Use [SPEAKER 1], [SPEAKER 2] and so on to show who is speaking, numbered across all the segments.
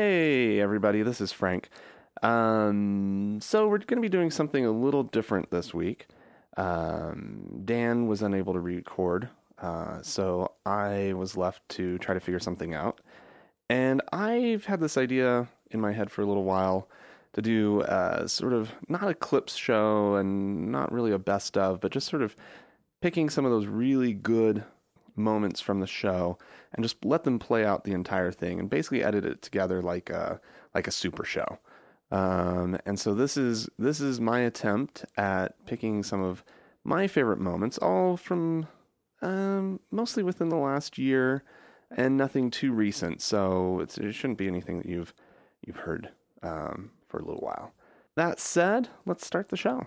[SPEAKER 1] Hey, everybody, this is Frank. Um, so, we're going to be doing something a little different this week. Um, Dan was unable to record, uh, so I was left to try to figure something out. And I've had this idea in my head for a little while to do uh, sort of not a clips show and not really a best of, but just sort of picking some of those really good moments from the show and just let them play out the entire thing and basically edit it together like a like a super show. Um, and so this is this is my attempt at picking some of my favorite moments, all from um, mostly within the last year and nothing too recent. So it's, it shouldn't be anything that you've you've heard um, for a little while. That said, let's start the show.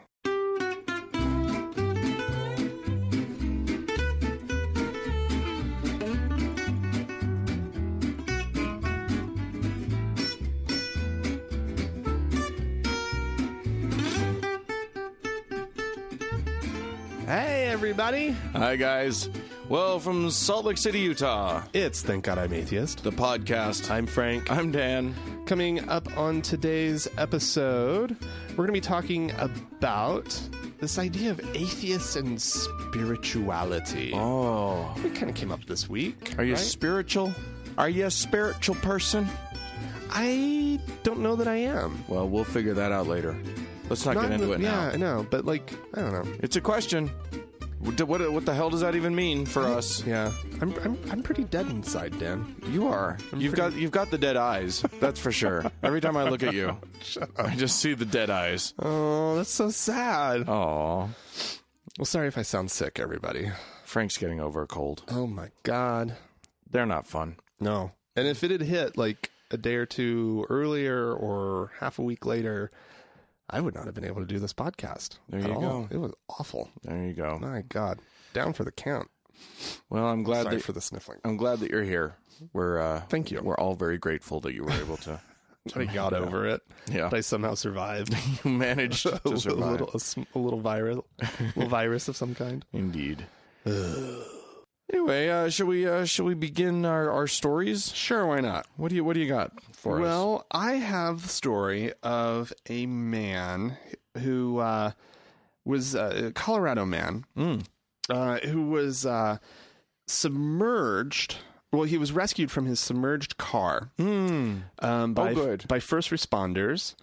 [SPEAKER 1] Hey, everybody!
[SPEAKER 2] Hi, guys. Well, from Salt Lake City, Utah,
[SPEAKER 1] It's Thank God I'm Atheist.
[SPEAKER 2] the podcast.
[SPEAKER 1] I'm Frank.
[SPEAKER 2] I'm Dan.
[SPEAKER 1] Coming up on today's episode, we're going to be talking about this idea of atheists and spirituality.
[SPEAKER 2] Oh,
[SPEAKER 1] We kind of came up this week.
[SPEAKER 2] are you
[SPEAKER 1] right?
[SPEAKER 2] spiritual? Are you a spiritual person?
[SPEAKER 1] I don't know that I am.
[SPEAKER 2] Well, we'll figure that out later. Let's not, get
[SPEAKER 1] Not
[SPEAKER 2] into
[SPEAKER 1] the-
[SPEAKER 2] it
[SPEAKER 1] yeah,
[SPEAKER 2] now.
[SPEAKER 1] I know, but like, I don't know.
[SPEAKER 2] It's a question. What, the- what, what the hell does that even mean for us?
[SPEAKER 1] Yeah, I'm, I'm, I'm pretty dead inside, Dan.
[SPEAKER 2] You are. you've got you've got the dead eyes. That's for sure. Every time I look at you, I just see the dead eyes.
[SPEAKER 1] Oh, that's so sad.
[SPEAKER 2] Oh,
[SPEAKER 1] Well, sorry if I sound sick, everybody.
[SPEAKER 2] Frank's getting over a cold.
[SPEAKER 1] Oh my God.
[SPEAKER 2] They're not fun.
[SPEAKER 1] No. And if it had hit like a day or two earlier or half a week later, I would not have been able to do this podcast.
[SPEAKER 2] There
[SPEAKER 1] at
[SPEAKER 2] you
[SPEAKER 1] all.
[SPEAKER 2] go.
[SPEAKER 1] It was awful.
[SPEAKER 2] There you go.
[SPEAKER 1] My God. Down for the count.
[SPEAKER 2] Well, I'm glad
[SPEAKER 1] Sorry
[SPEAKER 2] that
[SPEAKER 1] for the sniffling.
[SPEAKER 2] I'm glad that you're here. We're uh,
[SPEAKER 1] Thank you.
[SPEAKER 2] We're all very grateful that you were able to.
[SPEAKER 1] I got over it.
[SPEAKER 2] Yeah.
[SPEAKER 1] But I somehow survived.
[SPEAKER 2] you managed
[SPEAKER 1] a,
[SPEAKER 2] to
[SPEAKER 1] little, a,
[SPEAKER 2] survive.
[SPEAKER 1] little, a sm- a little virus, a little virus of some kind.
[SPEAKER 2] Indeed. anyway, uh, should we uh, should we begin our, our stories?
[SPEAKER 1] Sure, why not?
[SPEAKER 2] What do you What do you got for us?
[SPEAKER 1] Well, I have the story of a man who uh, was uh, a Colorado man
[SPEAKER 2] Mm.
[SPEAKER 1] uh, who was uh, submerged. Well, he was rescued from his submerged car um, by
[SPEAKER 2] Mm. Oh, good.
[SPEAKER 1] by first responders.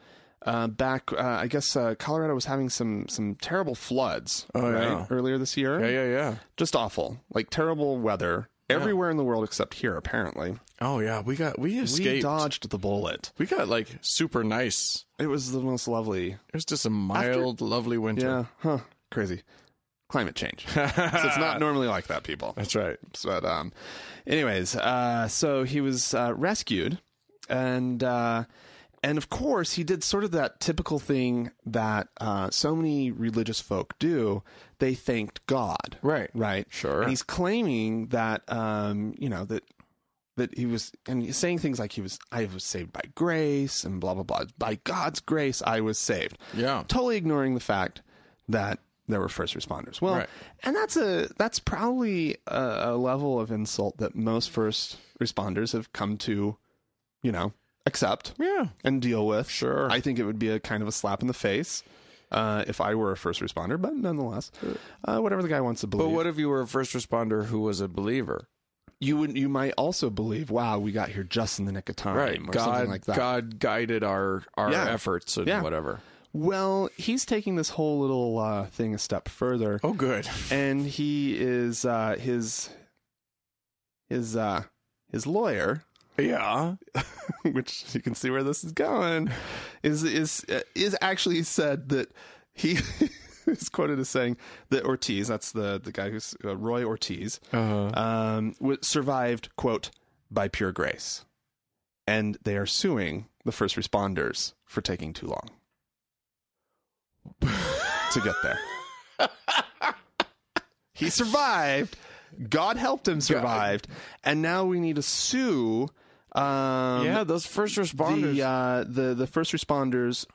[SPEAKER 1] Uh, back, uh, I guess uh, Colorado was having some some terrible floods
[SPEAKER 2] Oh,
[SPEAKER 1] right?
[SPEAKER 2] yeah.
[SPEAKER 1] earlier this year.
[SPEAKER 2] yeah, yeah, yeah.
[SPEAKER 1] Just awful, like terrible weather everywhere in the world except here. Apparently,
[SPEAKER 2] Oh yeah, we got we
[SPEAKER 1] we
[SPEAKER 2] escaped. We,
[SPEAKER 1] dodged the bullet.
[SPEAKER 2] got like super nice.
[SPEAKER 1] It was the most lovely
[SPEAKER 2] It was just a mild, lovely winter.
[SPEAKER 1] Yeah. Huh. Crazy. Climate change. so it's not normally like that, people.
[SPEAKER 2] That's right.
[SPEAKER 1] But um, anyways, uh, so he was uh, rescued, and uh, and of course he did sort of that typical thing that uh, so many religious folk do. They thanked God.
[SPEAKER 2] Right.
[SPEAKER 1] Right.
[SPEAKER 2] Sure.
[SPEAKER 1] And he's claiming that um, you know that that he was and he's saying things like he was I was saved by grace and blah blah blah by God's grace I was saved
[SPEAKER 2] Yeah.
[SPEAKER 1] totally ignoring the fact that there were first responders. Well,
[SPEAKER 2] Right.
[SPEAKER 1] and that's a that's probably a, a level of insult that most first responders have come to, you know, accept
[SPEAKER 2] Yeah.
[SPEAKER 1] and deal with.
[SPEAKER 2] Sure.
[SPEAKER 1] I think it would be a kind of a slap in the face uh, if I were a first responder, but nonetheless, uh, whatever the guy wants to
[SPEAKER 2] But
[SPEAKER 1] believe.
[SPEAKER 2] what if you were a first responder who was a believer?
[SPEAKER 1] you would you might also believe, wow, we got here just in the nick of time, or
[SPEAKER 2] God,
[SPEAKER 1] something like that.
[SPEAKER 2] God guided our our
[SPEAKER 1] Yeah.
[SPEAKER 2] efforts and
[SPEAKER 1] Yeah.
[SPEAKER 2] whatever.
[SPEAKER 1] Well, he's taking this whole little uh, thing a step further.
[SPEAKER 2] Oh, good.
[SPEAKER 1] and he is uh his his uh his lawyer
[SPEAKER 2] Yeah.
[SPEAKER 1] which you can see where this is going is is uh, is actually said that he is quoted as saying that Ortiz that's the the guy who's uh, Roy Ortiz
[SPEAKER 2] Uh,
[SPEAKER 1] um w- survived quote by pure grace and they are suing the first responders for taking too long to get there he survived god helped him survived and now we need to sue um
[SPEAKER 2] yeah, those first responders.
[SPEAKER 1] the uh the the first responders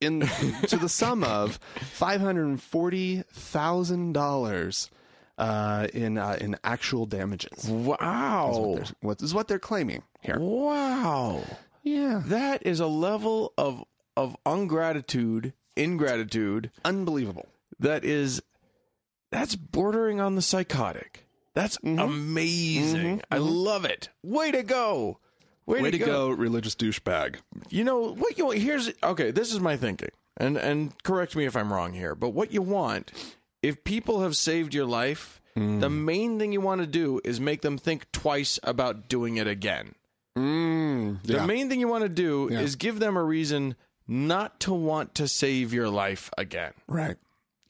[SPEAKER 1] in to the sum of five hundred and forty thousand dollars uh in uh, in actual damages
[SPEAKER 2] Wow.
[SPEAKER 1] what is what they're claiming here.
[SPEAKER 2] Wow.
[SPEAKER 3] Yeah.
[SPEAKER 2] That is a level of of ungratitude, ingratitude
[SPEAKER 3] Unbelievable.
[SPEAKER 2] that is that's bordering on the psychotic. That's
[SPEAKER 1] Mm-hmm.
[SPEAKER 2] amazing. I love it. Way to go. Way,
[SPEAKER 1] Way to go, religious douchebag.
[SPEAKER 2] You know what you want here's okay, this is my thinking. And and correct me if I'm wrong here, but what you want if people have saved your life, the main thing you want to do is make them think twice about doing it again.
[SPEAKER 3] Mm.
[SPEAKER 2] The main thing you want to do is give them a reason not to want to save your life again.
[SPEAKER 1] Right.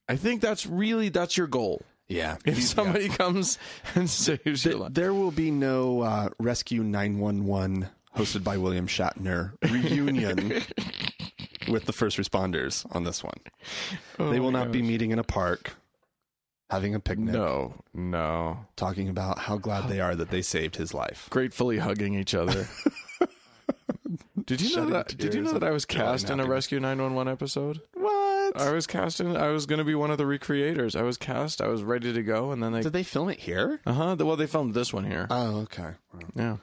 [SPEAKER 2] I think that's really that's your goal.
[SPEAKER 1] Yeah.
[SPEAKER 2] If somebody comes and saves your life,
[SPEAKER 1] There will be no uh, Rescue 911 hosted by William Shatner reunion with the first responders on this one. they will not be meeting in a park, having a picnic,
[SPEAKER 2] no, no,
[SPEAKER 1] talking about how glad they are that they saved his life.
[SPEAKER 2] gratefully hugging each other. did you know that? Did you know that I was cast in a Rescue Nine One One episode?
[SPEAKER 3] What?
[SPEAKER 2] I was cast in. I was going to be one of the recreators. I was cast. I was ready to go, and then they.
[SPEAKER 3] Did they film it here?
[SPEAKER 2] Uh huh. Well, they filmed this one here.
[SPEAKER 1] Oh, okay.
[SPEAKER 2] yeah.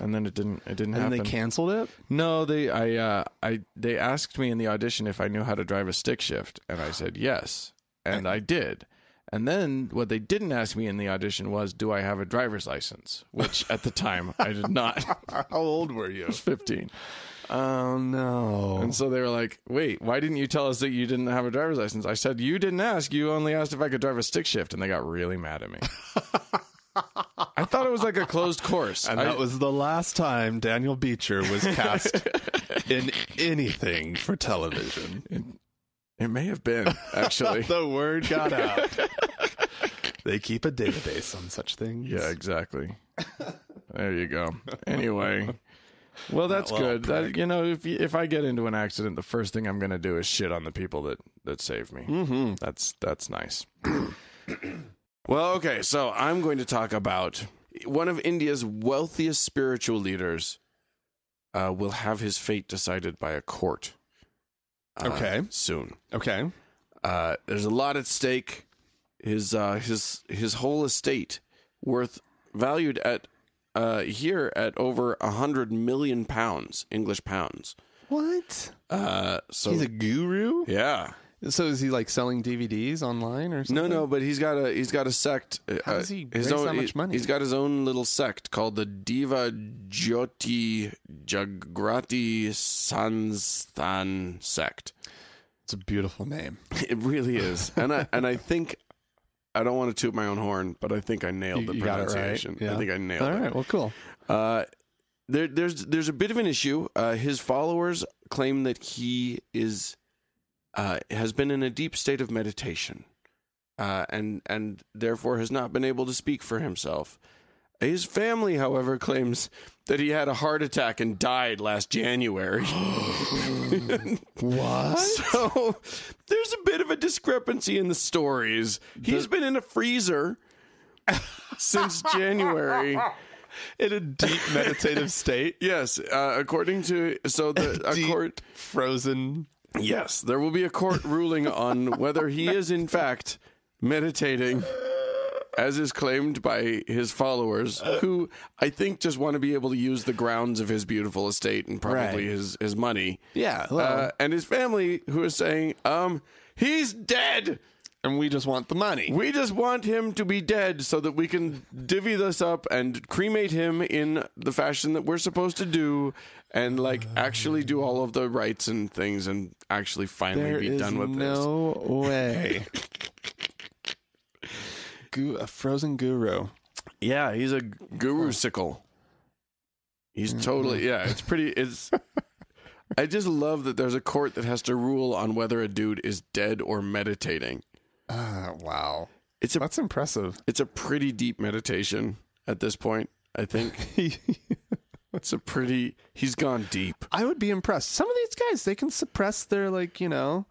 [SPEAKER 2] And then it didn't. It didn't
[SPEAKER 3] And
[SPEAKER 2] happen.
[SPEAKER 3] they canceled it?
[SPEAKER 2] No, they I uh I they asked me in the audition if I knew how to drive a stick shift and I said yes and I did. And then what they didn't ask me in the audition was do I have a driver's license, which at the time I did not. I
[SPEAKER 1] How old were you?
[SPEAKER 2] was 15.
[SPEAKER 3] Oh, no.
[SPEAKER 2] And so they were like, "Wait, why didn't you tell us that you didn't have a driver's license?" I said, "You didn't ask. You only asked if I could drive a stick shift." And they got really mad at me. I thought it was like a closed course.
[SPEAKER 1] And
[SPEAKER 2] I-
[SPEAKER 1] that was the last time Daniel Beecher was cast in anything for television.
[SPEAKER 2] it may have been actually.
[SPEAKER 1] the word got out. they keep a database on such things.
[SPEAKER 2] Yeah, exactly. there you go. Anyway, well, that's
[SPEAKER 1] little
[SPEAKER 2] good. That, you know, if you- if I get into an accident, the first thing I'm going to do is shit on the people that that saved me. Mm-hmm. That's that's nice. well, okay, so I'm going to talk about one of India's wealthiest spiritual leaders. Uh, will have his fate decided by a court. uh,
[SPEAKER 1] Okay.
[SPEAKER 2] soon.
[SPEAKER 1] Okay.
[SPEAKER 2] Uh, there's a lot at stake. His uh, his his whole estate, worth valued at uh, here at over a hundred million pounds, English pounds.
[SPEAKER 3] What?
[SPEAKER 2] Uh, so
[SPEAKER 3] He's a guru?
[SPEAKER 2] yeah,
[SPEAKER 3] So is he like selling DVDs online or something?
[SPEAKER 2] no, no, but he's got a he's got a sect. uh,
[SPEAKER 3] How does he raise that much money?
[SPEAKER 2] He's got his own little sect called the Diva Jyoti Jagrati Sansthan sect.
[SPEAKER 1] It's a beautiful name.
[SPEAKER 2] It really is, and I and I think I don't want to toot my own horn, but I think I nailed
[SPEAKER 1] You-
[SPEAKER 2] the
[SPEAKER 1] you got it right.
[SPEAKER 2] pronunciation. I
[SPEAKER 1] Yeah.
[SPEAKER 2] think I nailed
[SPEAKER 3] All
[SPEAKER 2] it.
[SPEAKER 3] right. Well, cool.
[SPEAKER 2] Uh, there, there's there's a bit of an issue. Uh, his followers claim that he is uh, has been in a deep state of meditation, uh, and and therefore has not been able to speak for himself. His family, however, claims that he had a heart attack and died last January.
[SPEAKER 3] What?
[SPEAKER 2] So there's a bit of a discrepancy in the stories. He's been in a freezer since January.
[SPEAKER 1] In a deep meditative state,
[SPEAKER 2] Yes, uh, according to so the a
[SPEAKER 1] Deep.
[SPEAKER 2] court.
[SPEAKER 1] frozen.
[SPEAKER 2] Yes, there will be a court ruling on whether he is in fact meditating, as is claimed by his followers, who I think just want to be able to use the grounds of his beautiful estate and probably
[SPEAKER 3] Right.
[SPEAKER 2] his his money.
[SPEAKER 3] Yeah. Well,
[SPEAKER 2] Uh, and his family, who is saying, um, he's dead.
[SPEAKER 3] and we just want the money.
[SPEAKER 2] We just want him to be dead so that we can divvy this up and cremate him in the fashion that we're supposed to do and like
[SPEAKER 3] Uh.
[SPEAKER 2] actually do all of the rites and things and actually finally
[SPEAKER 3] There
[SPEAKER 2] be
[SPEAKER 3] is
[SPEAKER 2] done with this.
[SPEAKER 3] no way.
[SPEAKER 1] Gu- a frozen guru.
[SPEAKER 2] Yeah, he's a
[SPEAKER 3] Oh.
[SPEAKER 2] guru sickle. He's
[SPEAKER 3] Mm-hmm.
[SPEAKER 2] totally yeah, it's pretty it's I just love that there's a court that has to rule on whether a dude is dead or meditating.
[SPEAKER 1] Ah, wow.
[SPEAKER 2] It's a
[SPEAKER 1] That's impressive.
[SPEAKER 2] it's a pretty deep meditation at this point, I think. It's a pretty. He's gone deep.
[SPEAKER 3] I would be impressed. Some of these guys, they can suppress their like, you know,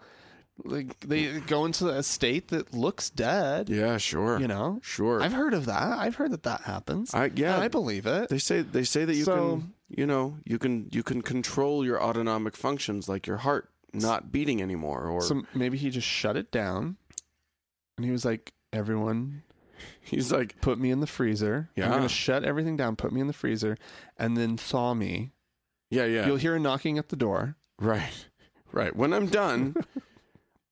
[SPEAKER 3] like they go into a state that looks dead.
[SPEAKER 2] Yeah, sure.
[SPEAKER 3] You know,
[SPEAKER 2] sure.
[SPEAKER 3] I've heard of that. I've heard that that happens.
[SPEAKER 2] I- yeah.
[SPEAKER 3] And I believe it.
[SPEAKER 2] they say they say that you
[SPEAKER 3] So-
[SPEAKER 2] can you know you can you can control your autonomic functions like your heart not beating anymore or
[SPEAKER 3] So maybe he just shut it down, and he was like, "Everyone,
[SPEAKER 2] he's like
[SPEAKER 3] put me in the freezer.
[SPEAKER 2] Yeah.
[SPEAKER 3] I'm gonna shut everything down. Put me in the freezer, and then thaw me
[SPEAKER 2] Yeah, yeah.
[SPEAKER 1] You'll hear a knocking at the door.
[SPEAKER 2] right. Right. When I'm done,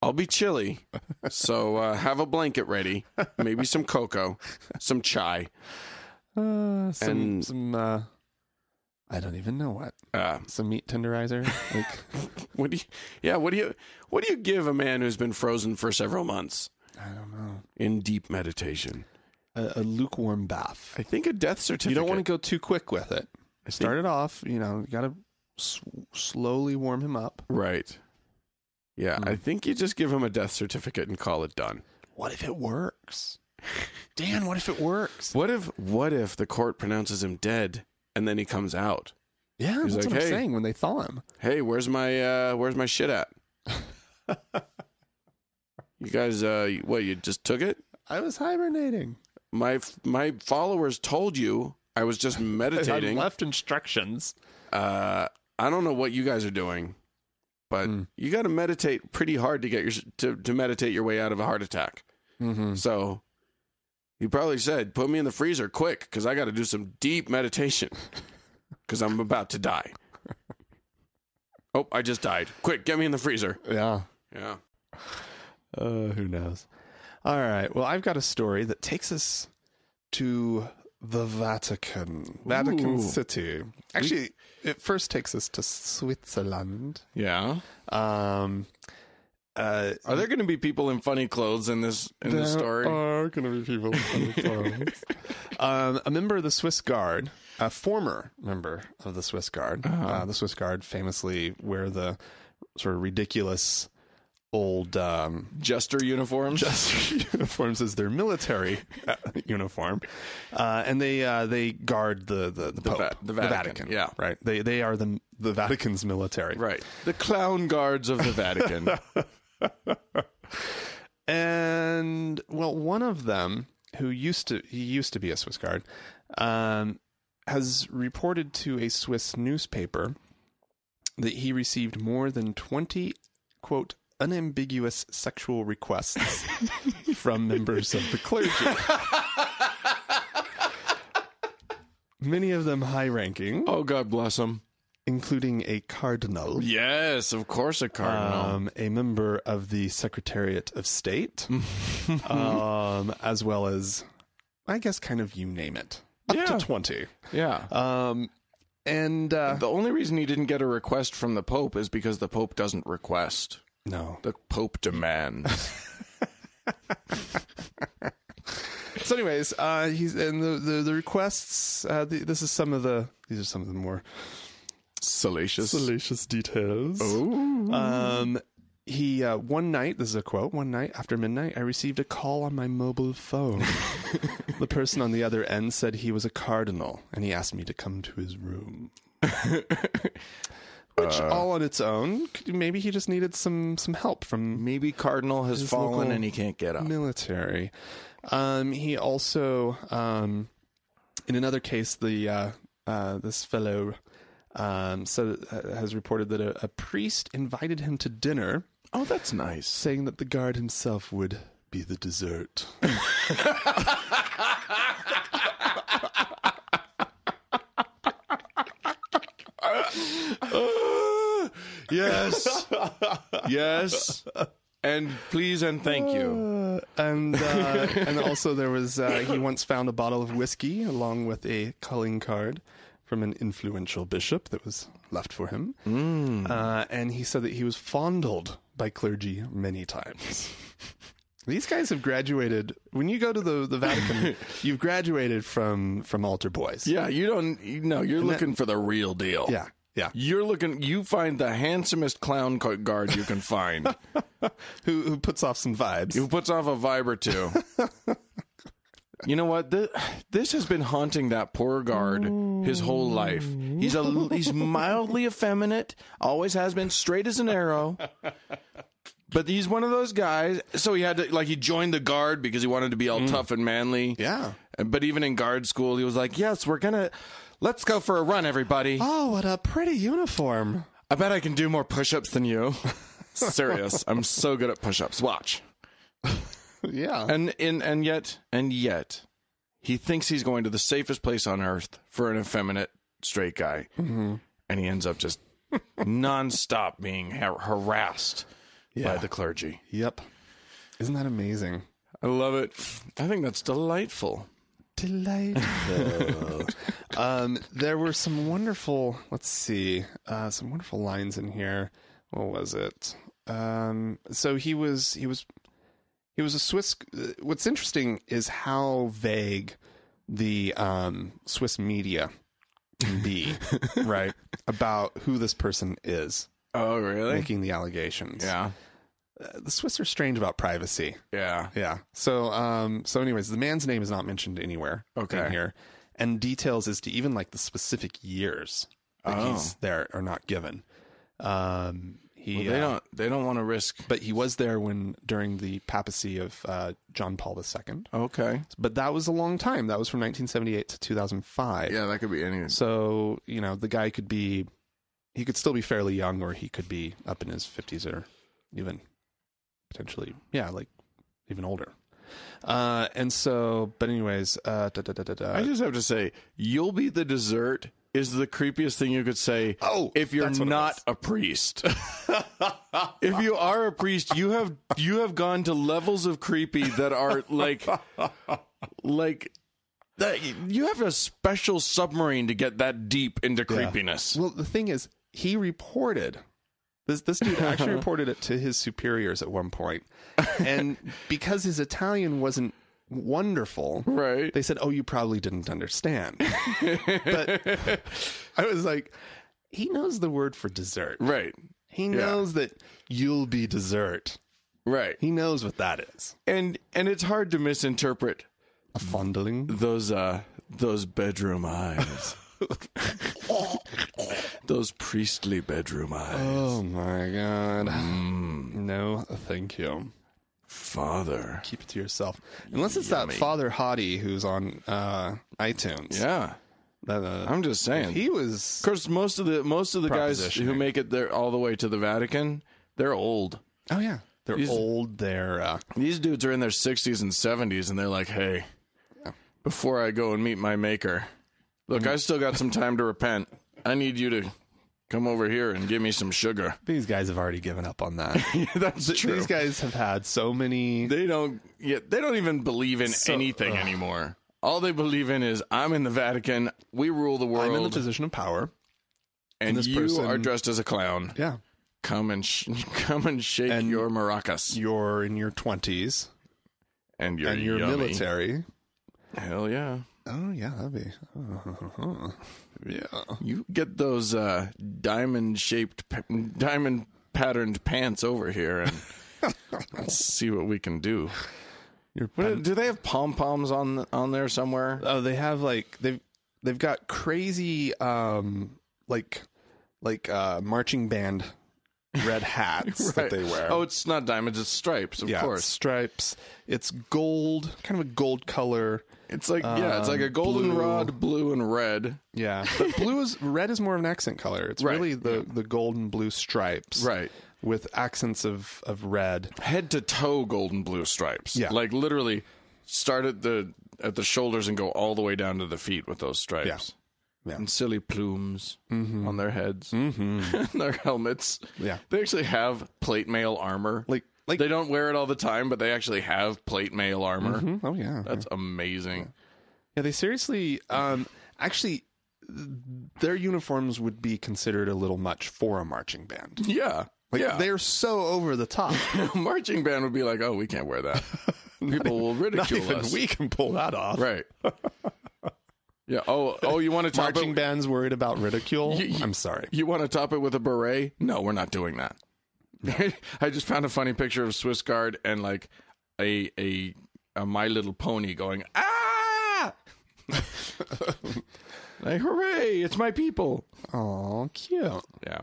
[SPEAKER 2] I'll be chilly. So uh, have a blanket ready, maybe some cocoa, some chai.
[SPEAKER 1] Uh, some,
[SPEAKER 2] And-
[SPEAKER 1] some uh, I don't even know what.
[SPEAKER 2] Uh,
[SPEAKER 1] Some meat tenderizer. Like,
[SPEAKER 2] what do you? Yeah. What do you? What do you give a man who's been frozen for several months
[SPEAKER 1] I don't know.
[SPEAKER 2] in deep meditation?
[SPEAKER 1] A, a lukewarm bath.
[SPEAKER 2] I think a death certificate.
[SPEAKER 1] You don't want to go too quick with it.
[SPEAKER 2] to
[SPEAKER 1] Start it off, you know, you got to s- slowly warm him up.
[SPEAKER 2] Right. Yeah,
[SPEAKER 1] Hmm.
[SPEAKER 2] I think you just give him a death certificate and call it done.
[SPEAKER 1] What if it works? Dan, what if it works?
[SPEAKER 2] What if what if the court pronounces him dead and then he comes out?
[SPEAKER 1] Yeah,
[SPEAKER 2] He's
[SPEAKER 1] that's
[SPEAKER 2] like,
[SPEAKER 1] what
[SPEAKER 2] "Hey."
[SPEAKER 1] I'm saying when they thaw him.
[SPEAKER 2] Hey, where's my uh where's my shit at? you guys uh you- what you just took it?
[SPEAKER 1] I was hibernating.
[SPEAKER 2] My f- my followers told you I was just meditating.
[SPEAKER 1] left instructions.
[SPEAKER 2] uh I don't know what you guys are doing, but
[SPEAKER 1] Hmm.
[SPEAKER 2] you got to meditate pretty hard to get your s- to to meditate your way out of a heart attack.
[SPEAKER 1] Mm-hmm.
[SPEAKER 2] So he probably said, "Put me in the freezer quick, because I got to do some deep meditation, because I'm about to die." oh, I just died! Quick, get me in the freezer.
[SPEAKER 1] Yeah.
[SPEAKER 2] Yeah.
[SPEAKER 1] Uh, who knows? All right. Well, I've got a story that takes us to the Vatican, Vatican
[SPEAKER 2] Ooh.
[SPEAKER 1] City. Actually, it first takes us to Switzerland.
[SPEAKER 2] Yeah.
[SPEAKER 1] Um, uh,
[SPEAKER 2] Are there going to be people in funny clothes in this in this
[SPEAKER 1] There
[SPEAKER 2] story?
[SPEAKER 1] are going to be people. with funny clothes. um, a member of the Swiss Guard, a former member of the Swiss Guard. uh the Swiss Guard famously wear the sort of ridiculous old um,
[SPEAKER 2] Jester uniforms.
[SPEAKER 1] just uniforms as their military uh, uniform, uh, and they uh, they guard the the the, Pope,
[SPEAKER 2] Va- the Vatican, yeah.
[SPEAKER 1] right. They they are the the Vatican's military,
[SPEAKER 2] right. The clown guards of the Vatican.
[SPEAKER 1] and well, one of them who used to he used to be a Swiss guard, um, has reported to a Swiss newspaper that he received more than twenty quote unambiguous sexual requests from members of the clergy. Many of them high ranking,
[SPEAKER 2] oh, God bless them.
[SPEAKER 1] including a cardinal,
[SPEAKER 2] Yes, of course, a cardinal.
[SPEAKER 1] um, a member of the Secretariat of State, um, as well as, I guess, kind of you name it, up
[SPEAKER 2] Yeah.
[SPEAKER 1] to 20.
[SPEAKER 2] yeah.
[SPEAKER 1] Um, and uh,
[SPEAKER 2] Uh, the only reason he didn't get a request from the Pope is because the Pope doesn't request.
[SPEAKER 1] no.
[SPEAKER 2] The Pope demands.
[SPEAKER 1] So, anyways, uh, he's and the the, the requests. Uh, the, this is some of the these are some of the more
[SPEAKER 2] Salacious.
[SPEAKER 1] salacious details.
[SPEAKER 2] Ooh.
[SPEAKER 1] Um, he uh, one night. This is a quote. One night after midnight, I received a call on my mobile phone. the person on the other end said he was a cardinal, and he asked me to come to his room. Which, all on its own, could- maybe he just needed some some help from
[SPEAKER 2] Maybe Cardinal has fallen
[SPEAKER 1] local-
[SPEAKER 2] and he can't get up.
[SPEAKER 1] military. Um, he also, um, in another case, the uh, uh, this fellow um, so, uh, has reported that a, a priest invited him to dinner,
[SPEAKER 2] Oh, that's nice.
[SPEAKER 1] saying that the guard himself would be the dessert. Ah,
[SPEAKER 2] yes. yes. And please and thank you.
[SPEAKER 1] Uh, and uh, and also there was uh, he once found a bottle of whiskey along with a calling card from an influential bishop that was left for him. Uh, and he said that he was fondled by clergy many times. These guys have graduated. When you go to the, the Vatican, you've graduated from from altar boys.
[SPEAKER 2] Yeah, you don't. You, no, you're looking for the real deal.
[SPEAKER 1] yeah, yeah.
[SPEAKER 2] You're looking. You find the handsomest clown co- guard you can find
[SPEAKER 1] Who who puts off some vibes?
[SPEAKER 2] who puts off a vibe or two. You know what? This, this has been haunting that poor guard his whole life. He's a he's mildly effeminate, always has been straight as an arrow. But he's one of those guys. So he had to like he joined the guard because he wanted to be all tough and manly.
[SPEAKER 1] yeah.
[SPEAKER 2] But even in guard school, he was like, "Yes, we're gonna let's go for a run, everybody.
[SPEAKER 1] Oh, what a pretty uniform.
[SPEAKER 2] I bet I can do more push-ups than you." Serious, I'm so good at push-ups. Watch.
[SPEAKER 1] Yeah.
[SPEAKER 2] And in and yet and yet, he thinks he's going to the safest place on earth for an effeminate straight guy, and he ends up just nonstop being har- harassed by the clergy.
[SPEAKER 1] Yep. Isn't that amazing?
[SPEAKER 2] I love it. I think that's delightful.
[SPEAKER 1] Delightful. um, there were some wonderful, let's see, uh, some wonderful lines in here. What was it? Um, so he was, he was, he was a Swiss. uh, What's interesting is how vague the um, Swiss media can be, right? About who this person is
[SPEAKER 2] Oh, really?
[SPEAKER 1] making the allegations.
[SPEAKER 2] yeah.
[SPEAKER 1] Uh, The Swiss are strange about privacy.
[SPEAKER 2] Yeah.
[SPEAKER 1] Yeah. So um so anyways, the man's name is not mentioned anywhere
[SPEAKER 2] Okay.
[SPEAKER 1] in here. And details as to even like the specific years that
[SPEAKER 2] Oh.
[SPEAKER 1] he's there are not given. Um he
[SPEAKER 2] Well, They
[SPEAKER 1] uh,
[SPEAKER 2] don't. They don't want to risk.
[SPEAKER 1] but he was there when during the papacy of uh, John Paul II.
[SPEAKER 2] Okay.
[SPEAKER 1] But that was a long time. That was from 1978 to 2005.
[SPEAKER 2] Yeah, that could be anything.
[SPEAKER 1] So, you know, the guy could be he could still be fairly young or he could be up in his 50s or even potentially yeah, like even older. Uh and so but anyways, uh da, da, da, da, da.
[SPEAKER 2] I just have to say, "You'll be the dessert" is the creepiest thing you could say.
[SPEAKER 1] Oh,
[SPEAKER 2] if you're
[SPEAKER 1] that's what it
[SPEAKER 2] not a priest, if you are a priest, you have you have gone to levels of creepy that are like, like that. You have a special submarine to get that deep into creepiness.
[SPEAKER 1] well, the thing is he reported this this dude actually reported it to his superiors at one point. And because his Italian wasn't wonderful,
[SPEAKER 2] Right.
[SPEAKER 1] they said, "Oh, you probably didn't understand." but I was like, "He knows the word for dessert.
[SPEAKER 2] Right.
[SPEAKER 1] He knows that you'll be dessert.
[SPEAKER 2] Right.
[SPEAKER 1] He knows what that is.
[SPEAKER 2] And and it's hard to misinterpret
[SPEAKER 1] A fondling.
[SPEAKER 2] those uh those bedroom eyes. those priestly bedroom eyes.
[SPEAKER 1] Oh my god.
[SPEAKER 2] Mm.
[SPEAKER 1] No, thank you.
[SPEAKER 2] Father.
[SPEAKER 1] Keep it to yourself. Unless it's that Father Hottie who's on uh, iTunes.
[SPEAKER 2] Yeah. Oh.
[SPEAKER 1] That, uh,
[SPEAKER 2] I'm just saying.
[SPEAKER 1] he was.
[SPEAKER 2] of course most of the most of the guys who
[SPEAKER 1] Propositioning.
[SPEAKER 2] make it there all the way to the Vatican, they're old.
[SPEAKER 1] Oh yeah, they're
[SPEAKER 2] He's-
[SPEAKER 1] old. They're uh,
[SPEAKER 2] These dudes are in their 60s and 70s and they're like, "Hey, before I go and meet my maker, look, I still got some time to repent. I need you to come over here and give me some sugar."
[SPEAKER 1] these guys have already given up on that.
[SPEAKER 2] That's true.
[SPEAKER 1] These guys have had so many.
[SPEAKER 2] they don't yeah, they don't even believe in anything anymore. All they believe in is I'm in the Vatican, we rule the world,
[SPEAKER 1] I'm in the position of power.
[SPEAKER 2] and
[SPEAKER 1] this
[SPEAKER 2] you
[SPEAKER 1] person-
[SPEAKER 2] are dressed as a clown.
[SPEAKER 1] Yeah.
[SPEAKER 2] Come and sh- come and shake
[SPEAKER 1] And-
[SPEAKER 2] your maracas,
[SPEAKER 1] You're in your 20s
[SPEAKER 2] and you're,
[SPEAKER 1] and you're
[SPEAKER 2] yummy.
[SPEAKER 1] military.
[SPEAKER 2] Hell yeah,
[SPEAKER 1] Oh, yeah, that'd be. uh-huh. yeah.
[SPEAKER 2] you get those uh, diamond shaped, pa- diamond patterned pants over here, and let's see what we can do.
[SPEAKER 1] Your
[SPEAKER 2] What- do they have pom poms on on there somewhere?
[SPEAKER 1] Oh, they have like they've they've got crazy um like like uh marching band red hats that they wear.
[SPEAKER 2] Oh, it's not diamonds; it's stripes, of
[SPEAKER 1] yeah, it's
[SPEAKER 2] course.
[SPEAKER 1] stripes. It's gold, kind of a gold color.
[SPEAKER 2] It's like yeah, it's like a
[SPEAKER 1] Um,
[SPEAKER 2] goldenrod, blue. and red.
[SPEAKER 1] Yeah, but blue is red is more of an accent color. It's
[SPEAKER 2] Right,
[SPEAKER 1] really the the gold and blue stripes,
[SPEAKER 2] Right.
[SPEAKER 1] With accents of of red.
[SPEAKER 2] Head to toe golden blue stripes.
[SPEAKER 1] Yeah.
[SPEAKER 2] Like literally start at the at the shoulders and go all the way down to the feet with those stripes.
[SPEAKER 1] Yeah.
[SPEAKER 2] And silly plumes on their heads. Mm-hmm. their helmets.
[SPEAKER 1] Yeah.
[SPEAKER 2] They actually have plate mail armor.
[SPEAKER 1] Like like
[SPEAKER 2] they don't wear it all the time, but they actually have plate mail armor.
[SPEAKER 1] Mhm. oh yeah,
[SPEAKER 2] That's amazing.
[SPEAKER 1] Yeah, they seriously, um, actually, their uniforms would be considered a little much for a marching band.
[SPEAKER 2] Yeah. yeah.
[SPEAKER 1] They're so over the top.
[SPEAKER 2] marching band would be like, "Oh, we can't wear that. People will
[SPEAKER 1] Not
[SPEAKER 2] ridicule
[SPEAKER 1] even
[SPEAKER 2] us."
[SPEAKER 1] we can pull that off.
[SPEAKER 2] Right. yeah. Oh. Oh. You want to top
[SPEAKER 1] Marching
[SPEAKER 2] it?
[SPEAKER 1] bands worried about ridicule.
[SPEAKER 2] You- you-
[SPEAKER 1] I'm sorry.
[SPEAKER 2] You want to top it with a beret? No, we're not doing that. I just found a funny picture of Swiss Guard and like a a, a My Little Pony going ah. like hooray! It's my people.
[SPEAKER 1] Oh, cute.
[SPEAKER 2] Yeah.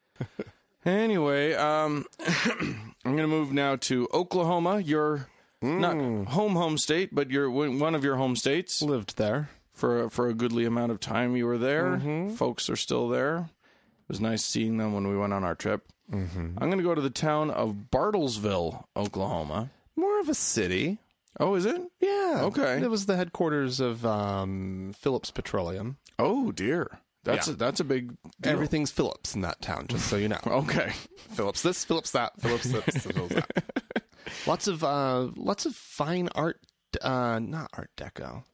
[SPEAKER 2] anyway, um, I'm gonna move now to Oklahoma. Your not home home state, but your one of your home states
[SPEAKER 1] Lived there.
[SPEAKER 2] for for a goodly amount of time. You were there.
[SPEAKER 1] Mm-hmm.
[SPEAKER 2] Folks are still there. It was nice seeing them when we went on our trip. Mm-hmm. I'm going to go to the town of Bartlesville, Oklahoma.
[SPEAKER 1] More of a city.
[SPEAKER 2] Oh, is it?
[SPEAKER 1] Yeah.
[SPEAKER 2] Okay.
[SPEAKER 1] It was the headquarters of um, Phillips Petroleum.
[SPEAKER 2] Oh dear, That's a, that's a big deal.
[SPEAKER 1] Everything's Phillips in that town, just so you know.
[SPEAKER 2] Okay.
[SPEAKER 1] Phillips this, Phillips that, Phillips this, Phillips that. Lots of uh, lots of fine art, uh, not Art Deco.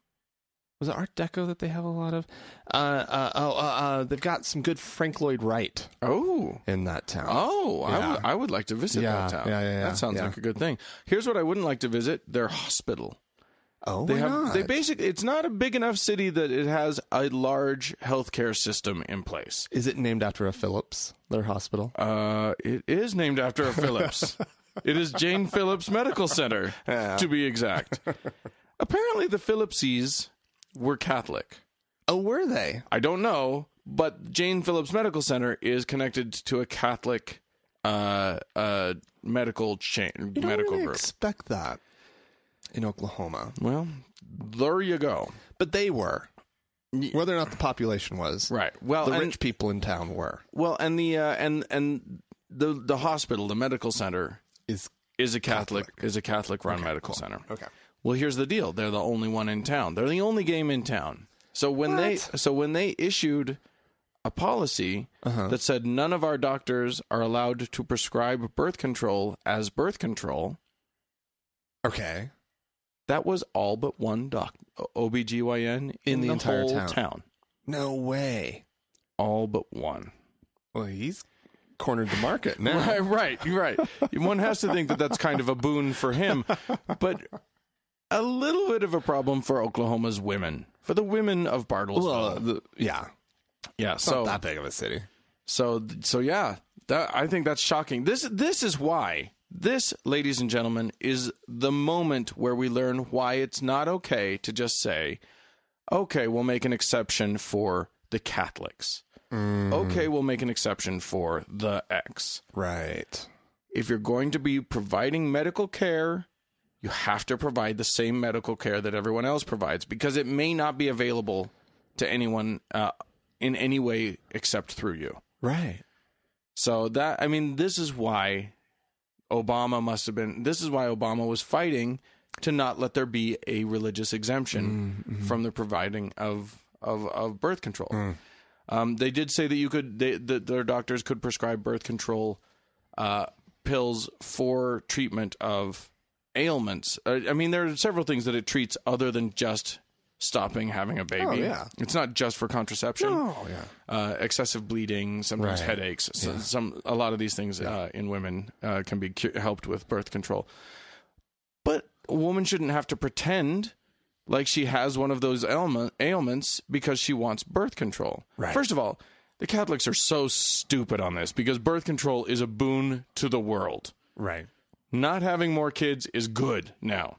[SPEAKER 1] Was it Art Deco that they have a lot of? Uh, uh, oh, uh, uh, they've got some good Frank Lloyd Wright
[SPEAKER 2] Oh.
[SPEAKER 1] in that town.
[SPEAKER 2] Oh, I
[SPEAKER 1] Yeah.
[SPEAKER 2] would I would like to visit
[SPEAKER 1] Yeah,
[SPEAKER 2] that town.
[SPEAKER 1] yeah, yeah, yeah,
[SPEAKER 2] That sounds
[SPEAKER 1] yeah.
[SPEAKER 2] like a good thing. Here's what I wouldn't like to visit: their hospital.
[SPEAKER 1] Oh,
[SPEAKER 2] They
[SPEAKER 1] why
[SPEAKER 2] have
[SPEAKER 1] not?
[SPEAKER 2] they basically it's not a big enough city that it has a large healthcare system in place.
[SPEAKER 1] Is it named after a Phillips? Their hospital.
[SPEAKER 2] Uh, it is named after a Phillips. it is Jane Phillips Medical Center, to be exact. Apparently, the Phillipses were Catholic.
[SPEAKER 1] Oh, were they?
[SPEAKER 2] I don't know, but Jane Phillips Medical Center is connected to a Catholic uh, uh, medical chain,
[SPEAKER 1] You don't
[SPEAKER 2] medical
[SPEAKER 1] really
[SPEAKER 2] group.
[SPEAKER 1] Expect that in Oklahoma,
[SPEAKER 2] well, there you go.
[SPEAKER 1] but they were. Whether or not the population was
[SPEAKER 2] Right. Well,
[SPEAKER 1] the
[SPEAKER 2] and,
[SPEAKER 1] rich people in town were
[SPEAKER 2] well, and the uh, and and the the hospital, the medical center
[SPEAKER 1] is
[SPEAKER 2] is a Catholic, is a Catholic run medical center.
[SPEAKER 1] okay.
[SPEAKER 2] Well, here's the deal. They're the only one in town. They're the only game in town. So when they so when they issued a policy
[SPEAKER 1] Uh-huh.
[SPEAKER 2] that said none of our doctors are allowed to prescribe birth control as birth control,
[SPEAKER 1] Okay.
[SPEAKER 2] that was all but one doc OBGYN in,
[SPEAKER 1] In the entire
[SPEAKER 2] whole
[SPEAKER 1] town. No way.
[SPEAKER 2] All but one.
[SPEAKER 1] Well, he's cornered the market now.
[SPEAKER 2] Right, right, you're right. One has to think that that's kind of a boon for him, but a little bit of a problem for Oklahoma's women, for the women of Bartlesville.
[SPEAKER 1] Well, the, yeah.
[SPEAKER 2] yeah, so
[SPEAKER 1] Not that big of a city.
[SPEAKER 2] So so yeah, that, I think that's shocking. This this is why this, ladies and gentlemen, is the moment where we learn why it's not okay to just say, "Okay, we'll make an exception for the Catholics." Okay, we'll make an exception for the X.
[SPEAKER 1] Right.
[SPEAKER 2] If you're going to be providing medical care, you have to provide the same medical care that everyone else provides because it may not be available to anyone uh, in any way except through you.
[SPEAKER 1] Right.
[SPEAKER 2] So that I mean, this is why Obama must have been. This is why Obama was fighting to not let there be a religious exemption from the providing of of, of birth control. Um, they did say that you could they, that their doctors could prescribe birth control uh, pills for treatment of ailments. Uh, I mean, there are several things that it treats other than just stopping having a baby.
[SPEAKER 1] yeah.
[SPEAKER 2] It's not just for contraception
[SPEAKER 1] Oh, yeah.
[SPEAKER 2] uh, excessive bleeding, sometimes
[SPEAKER 1] Right.
[SPEAKER 2] headaches. So Some a lot of these things uh, in women uh, can be cu- helped with birth control. But a woman shouldn't have to pretend like she has one of those ailment, ailments because she wants birth control.
[SPEAKER 1] Right.
[SPEAKER 2] First of all, the Catholics are so stupid on this because birth control is a boon to the world.
[SPEAKER 1] Right.
[SPEAKER 2] Not having more kids is good now,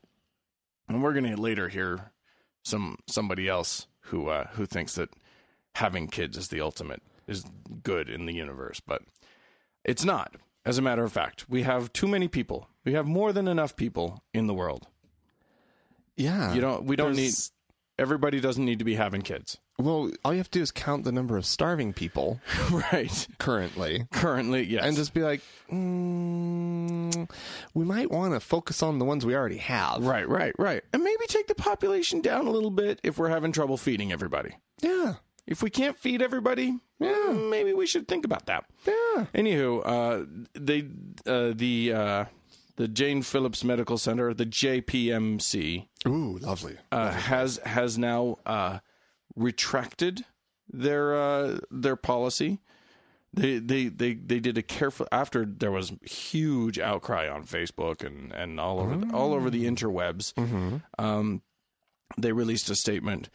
[SPEAKER 2] and we're gonna later hear some somebody else who uh, who thinks that having kids is the ultimate is good in the universe, but it's not. As a matter of fact, we have too many people. We have more than enough people in the world.
[SPEAKER 1] Yeah.
[SPEAKER 2] You don't. We don't
[SPEAKER 1] There's-
[SPEAKER 2] need. Everybody doesn't need to be having kids,
[SPEAKER 1] Well, all you have to do is count the number of starving people
[SPEAKER 2] right?
[SPEAKER 1] currently
[SPEAKER 2] Currently, yes.
[SPEAKER 1] and just be like, mm, we might want to focus on the ones we already have.
[SPEAKER 2] right, right, right. And maybe take the population down a little bit if we're having trouble feeding everybody.
[SPEAKER 1] Yeah.
[SPEAKER 2] If we can't feed everybody, mm, maybe we should think about that.
[SPEAKER 1] Yeah.
[SPEAKER 2] Anywho, uh, they uh, the uh, the Jane Phillips Medical Center, the JPMC,
[SPEAKER 1] Ooh, lovely.
[SPEAKER 2] uh, has has now uh, retracted their uh, their policy. They, they they they did a careful after there was huge outcry on Facebook and, and all over the, all over the interwebs. Um, they released a statement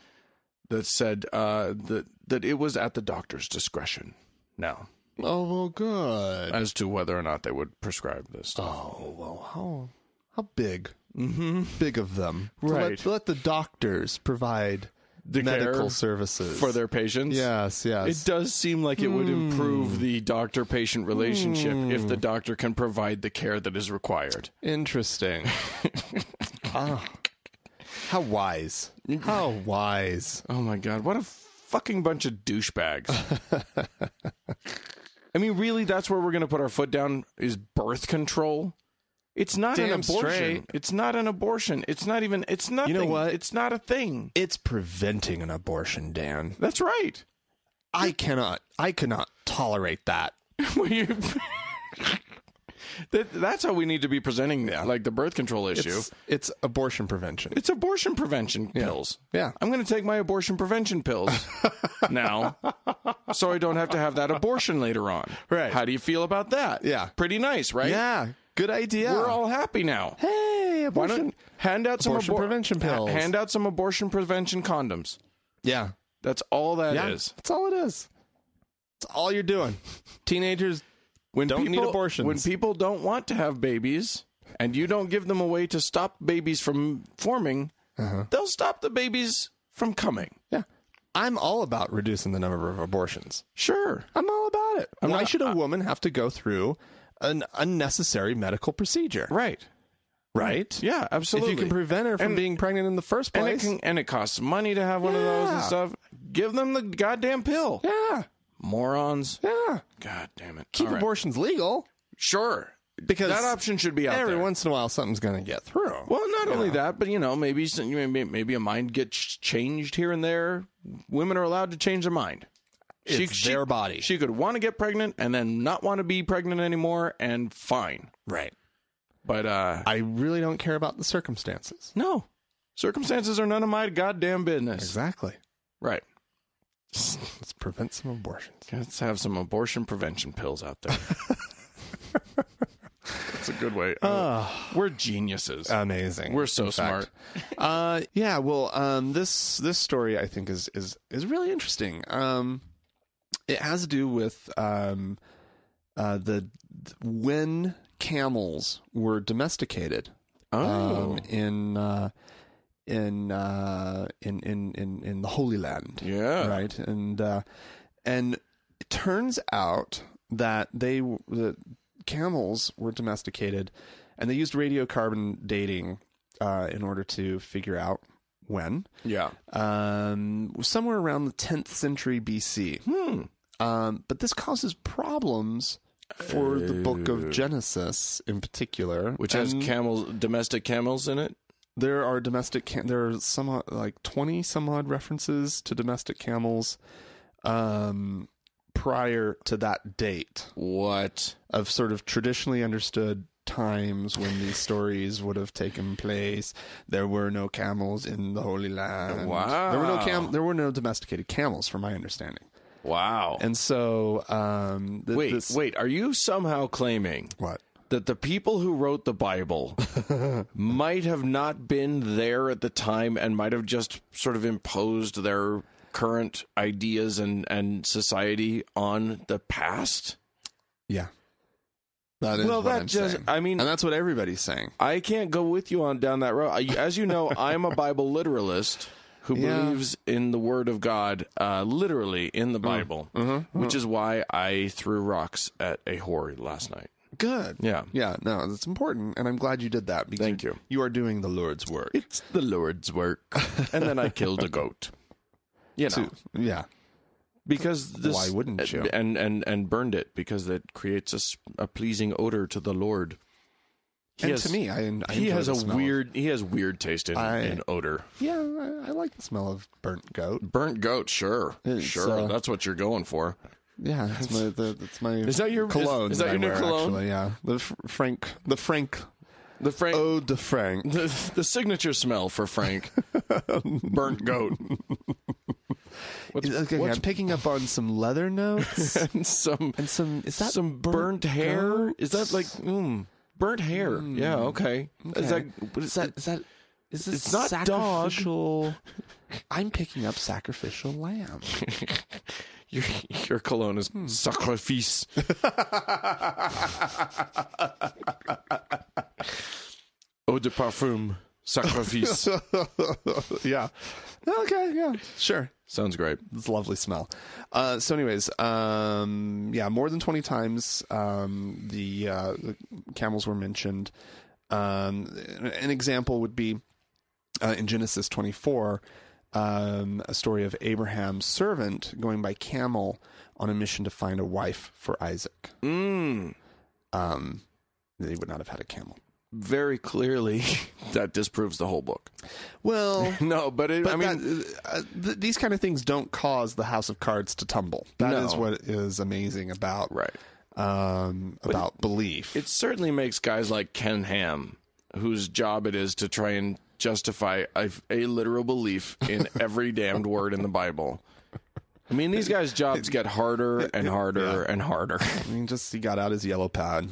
[SPEAKER 2] that said uh, that that it was at the doctor's discretion now
[SPEAKER 1] Oh, well, good.
[SPEAKER 2] as to whether or not they would prescribe this. Stuff.
[SPEAKER 1] Oh well, how how big, mm-hmm. big of them, To let-
[SPEAKER 2] Right.
[SPEAKER 1] To let, the doctors provide
[SPEAKER 2] The
[SPEAKER 1] medical
[SPEAKER 2] care
[SPEAKER 1] services
[SPEAKER 2] for their patients.
[SPEAKER 1] Yes,
[SPEAKER 2] It
[SPEAKER 1] yes.
[SPEAKER 2] does seem like it would improve the doctor patient relationship if the doctor can provide the care that is required.
[SPEAKER 1] Interesting. Ah. how wise. How wise.
[SPEAKER 2] Oh my God, what a fucking bunch of douchebags. I mean, really, that's where we're going to put our foot down is birth control. It's not an
[SPEAKER 1] Damn
[SPEAKER 2] abortion.
[SPEAKER 1] straight.
[SPEAKER 2] It's not an abortion. It's not even, it's nothing.
[SPEAKER 1] what?
[SPEAKER 2] It's not a thing.
[SPEAKER 1] It's preventing an abortion, Dan.
[SPEAKER 2] That's right.
[SPEAKER 1] I cannot. I cannot tolerate that.
[SPEAKER 2] Well, you- that, that's how we need to be presenting that, like the birth control issue.
[SPEAKER 1] It's,
[SPEAKER 2] It's,
[SPEAKER 1] it's abortion prevention.
[SPEAKER 2] abortion prevention pills.
[SPEAKER 1] Yeah.
[SPEAKER 2] I'm going to take my abortion prevention pills now, so I don't have to have that abortion later on.
[SPEAKER 1] Right.
[SPEAKER 2] How do you feel about that?
[SPEAKER 1] Yeah.
[SPEAKER 2] Pretty nice, right?
[SPEAKER 1] Yeah. Good idea.
[SPEAKER 2] We're all happy now.
[SPEAKER 1] hey
[SPEAKER 2] Why
[SPEAKER 1] abortion.
[SPEAKER 2] don't hand out some
[SPEAKER 1] Abortion prevention
[SPEAKER 2] ha-
[SPEAKER 1] pills.
[SPEAKER 2] Hand out some abortion prevention condoms.
[SPEAKER 1] Yeah.
[SPEAKER 2] That's all that is.
[SPEAKER 1] yeah. That's all it is. That's all you're doing. Teenagers
[SPEAKER 2] When
[SPEAKER 1] Don't need
[SPEAKER 2] people-
[SPEAKER 1] abortions.
[SPEAKER 2] When people don't want to have babies and you don't give them a way to stop babies from forming,
[SPEAKER 1] Uh-huh.
[SPEAKER 2] they'll stop the babies from coming.
[SPEAKER 1] Yeah. I'm all about reducing the number of abortions.
[SPEAKER 2] Sure.
[SPEAKER 1] I'm all about it. Why
[SPEAKER 2] not-
[SPEAKER 1] should a woman have to go through an unnecessary medical procedure?
[SPEAKER 2] Right.
[SPEAKER 1] Right?
[SPEAKER 2] Yeah, absolutely.
[SPEAKER 1] If you can prevent her from
[SPEAKER 2] And-
[SPEAKER 1] being pregnant in the first
[SPEAKER 2] and it,
[SPEAKER 1] place.
[SPEAKER 2] can, and it costs money to have one of those and
[SPEAKER 1] Yeah.
[SPEAKER 2] stuff. Give them the goddamn pill.
[SPEAKER 1] yeah.
[SPEAKER 2] Morons.
[SPEAKER 1] Yeah.
[SPEAKER 2] God damn it.
[SPEAKER 1] Keep
[SPEAKER 2] All right.
[SPEAKER 1] abortions legal
[SPEAKER 2] Sure.
[SPEAKER 1] because
[SPEAKER 2] That option should be out
[SPEAKER 1] every
[SPEAKER 2] there.
[SPEAKER 1] once in a while something's going to get through.
[SPEAKER 2] Well, not only that, but you know, maybe some- maybe maybe a mind gets changed here and there. Women are allowed to change their mind.
[SPEAKER 1] It's their body.
[SPEAKER 2] She could want to get pregnant and then not want to be pregnant anymore, and fine.
[SPEAKER 1] right.
[SPEAKER 2] But uh
[SPEAKER 1] I really don't care about the circumstances.
[SPEAKER 2] no, circumstances are none of my goddamn business.
[SPEAKER 1] Exactly.
[SPEAKER 2] Right.
[SPEAKER 1] Let's prevent some abortions.
[SPEAKER 2] Let's have some abortion prevention pills out there. That's a good way. Uh, We're geniuses.
[SPEAKER 1] Amazing.
[SPEAKER 2] We're so
[SPEAKER 1] in fact.
[SPEAKER 2] smart.
[SPEAKER 1] uh yeah well um this this story i think is is is really interesting um it has to do with um uh the when camels were domesticated
[SPEAKER 2] Oh.
[SPEAKER 1] um in uh in uh in in in, in the holy land
[SPEAKER 2] Yeah.
[SPEAKER 1] right and uh and it turns out that they w- the camels were domesticated and they used radiocarbon dating uh, in order to figure out when
[SPEAKER 2] Yeah.
[SPEAKER 1] um, somewhere around the 10th century bc
[SPEAKER 2] Hmm.
[SPEAKER 1] um, but this causes problems for the book of genesis in particular
[SPEAKER 2] Oh. Which has
[SPEAKER 1] And
[SPEAKER 2] camels, domestic camels in it.
[SPEAKER 1] there are domestic cam- there are some odd- like 20 some odd references to domestic camels um prior to that date
[SPEAKER 2] What?
[SPEAKER 1] of sort of traditionally understood times when these stories would have taken place there were no camels in the holy land
[SPEAKER 2] Wow.
[SPEAKER 1] there were no cam there were no domesticated camels from my understanding
[SPEAKER 2] Wow.
[SPEAKER 1] and so um th-
[SPEAKER 2] wait,
[SPEAKER 1] this-
[SPEAKER 2] wait. Are you somehow claiming
[SPEAKER 1] what
[SPEAKER 2] that the people who wrote the Bible might have not been there at the time and might have just sort of imposed their current ideas and, and society on the past?
[SPEAKER 1] yeah that is
[SPEAKER 2] Well,
[SPEAKER 1] what
[SPEAKER 2] that
[SPEAKER 1] I'm
[SPEAKER 2] just-
[SPEAKER 1] saying.
[SPEAKER 2] I mean-
[SPEAKER 1] and that's what everybody's saying
[SPEAKER 2] I can't go with you on down that road. I, as you know, I'm a Bible literalist who
[SPEAKER 1] Yeah.
[SPEAKER 2] believes in the Word of God, uh, literally in
[SPEAKER 1] Mm.
[SPEAKER 2] the Bible,
[SPEAKER 1] Mm-hmm.
[SPEAKER 2] which is why I threw rocks at a whore last night.
[SPEAKER 1] good
[SPEAKER 2] Yeah.
[SPEAKER 1] Yeah, no, that's important, and I'm glad you did that. Because
[SPEAKER 2] Thank you.
[SPEAKER 1] You are doing the Lord's work.
[SPEAKER 2] It's the Lord's work. and then I killed a goat. You know,
[SPEAKER 1] Yeah,
[SPEAKER 2] because this,
[SPEAKER 1] Why wouldn't you?
[SPEAKER 2] And and and burned it because it creates a, s- a pleasing odor to the Lord. He
[SPEAKER 1] and
[SPEAKER 2] has-
[SPEAKER 1] to me, I, en- I
[SPEAKER 2] he
[SPEAKER 1] enjoy
[SPEAKER 2] has
[SPEAKER 1] the
[SPEAKER 2] a
[SPEAKER 1] smell of-
[SPEAKER 2] weird he has weird taste in,
[SPEAKER 1] I-
[SPEAKER 2] in odor.
[SPEAKER 1] Yeah, I, I like the smell of burnt goat.
[SPEAKER 2] Burnt goat, sure,
[SPEAKER 1] It's,
[SPEAKER 2] sure.
[SPEAKER 1] uh,
[SPEAKER 2] that's what you're going for.
[SPEAKER 1] Yeah, that's my the, that's my
[SPEAKER 2] Is that your- is-
[SPEAKER 1] cologne?
[SPEAKER 2] is that your
[SPEAKER 1] I
[SPEAKER 2] new
[SPEAKER 1] wear,
[SPEAKER 2] cologne?
[SPEAKER 1] Actually, yeah, the f- Frank, the Frank,
[SPEAKER 2] The Frank,
[SPEAKER 1] Eau de Frank.
[SPEAKER 2] the, the signature smell for Frank, burnt goat. What's,
[SPEAKER 1] Okay,
[SPEAKER 2] what's
[SPEAKER 1] I'm picking up on some leather notes
[SPEAKER 2] some
[SPEAKER 1] and some. Is that
[SPEAKER 2] some burnt, hair?
[SPEAKER 1] goat? Mm.
[SPEAKER 2] Is that like mm, burnt hair? Yeah, okay. Is that
[SPEAKER 1] Okay.
[SPEAKER 2] what is
[SPEAKER 1] Is that is that is this
[SPEAKER 2] It's not dog.
[SPEAKER 1] sacrificial? I'm picking up sacrificial lamb.
[SPEAKER 2] your your cologne is
[SPEAKER 1] Hmm.
[SPEAKER 2] sacrifice? Eau de parfum, sacrifice.
[SPEAKER 1] yeah. Okay. Yeah. Sure.
[SPEAKER 2] Sounds great.
[SPEAKER 1] It's a lovely smell. Uh, so, anyways, um, yeah, more than twenty times um, the, uh, the camels were mentioned. Um, an example would be uh, in Genesis twenty-four, um, a story of Abraham's servant going by camel on a mission to find a wife for Isaac.
[SPEAKER 2] Mm.
[SPEAKER 1] Um, they would not have had a camel.
[SPEAKER 2] very clearly that disproves the whole book.
[SPEAKER 1] Well,
[SPEAKER 2] No, but it,
[SPEAKER 1] but
[SPEAKER 2] I mean,
[SPEAKER 1] that- uh, th- these kind of things don't cause the house of cards to tumble. That is
[SPEAKER 2] No.
[SPEAKER 1] what is amazing about
[SPEAKER 2] right.
[SPEAKER 1] um, about belief.
[SPEAKER 2] It certainly makes guys like Ken Ham, whose job it is to try and justify a, a literal belief in every damned word in the Bible. I mean, these guys' jobs get harder and harder and harder.
[SPEAKER 1] I mean, just he got out his yellow pad.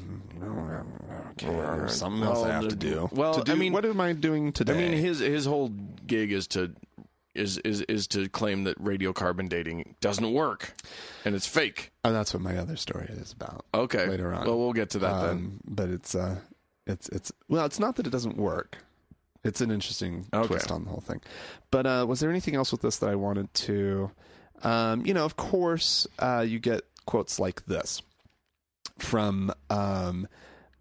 [SPEAKER 1] Okay, there's something else I have to do.
[SPEAKER 2] well,
[SPEAKER 1] To do-
[SPEAKER 2] I mean-
[SPEAKER 1] what am I doing
[SPEAKER 2] I
[SPEAKER 1] today?
[SPEAKER 2] mean, his his whole gig is to is is is to claim that radiocarbon dating doesn't work and it's fake.
[SPEAKER 1] and that's what my other story is about.
[SPEAKER 2] Okay,
[SPEAKER 1] Later on.
[SPEAKER 2] Well, we'll get to that then.
[SPEAKER 1] Um, but it's uh, it's it's well, it's not that it doesn't work. It's an interesting
[SPEAKER 2] Okay.
[SPEAKER 1] twist on the whole thing. But uh, was there anything else with this that I wanted to? Um, you know, of course, uh, you get quotes like this from um,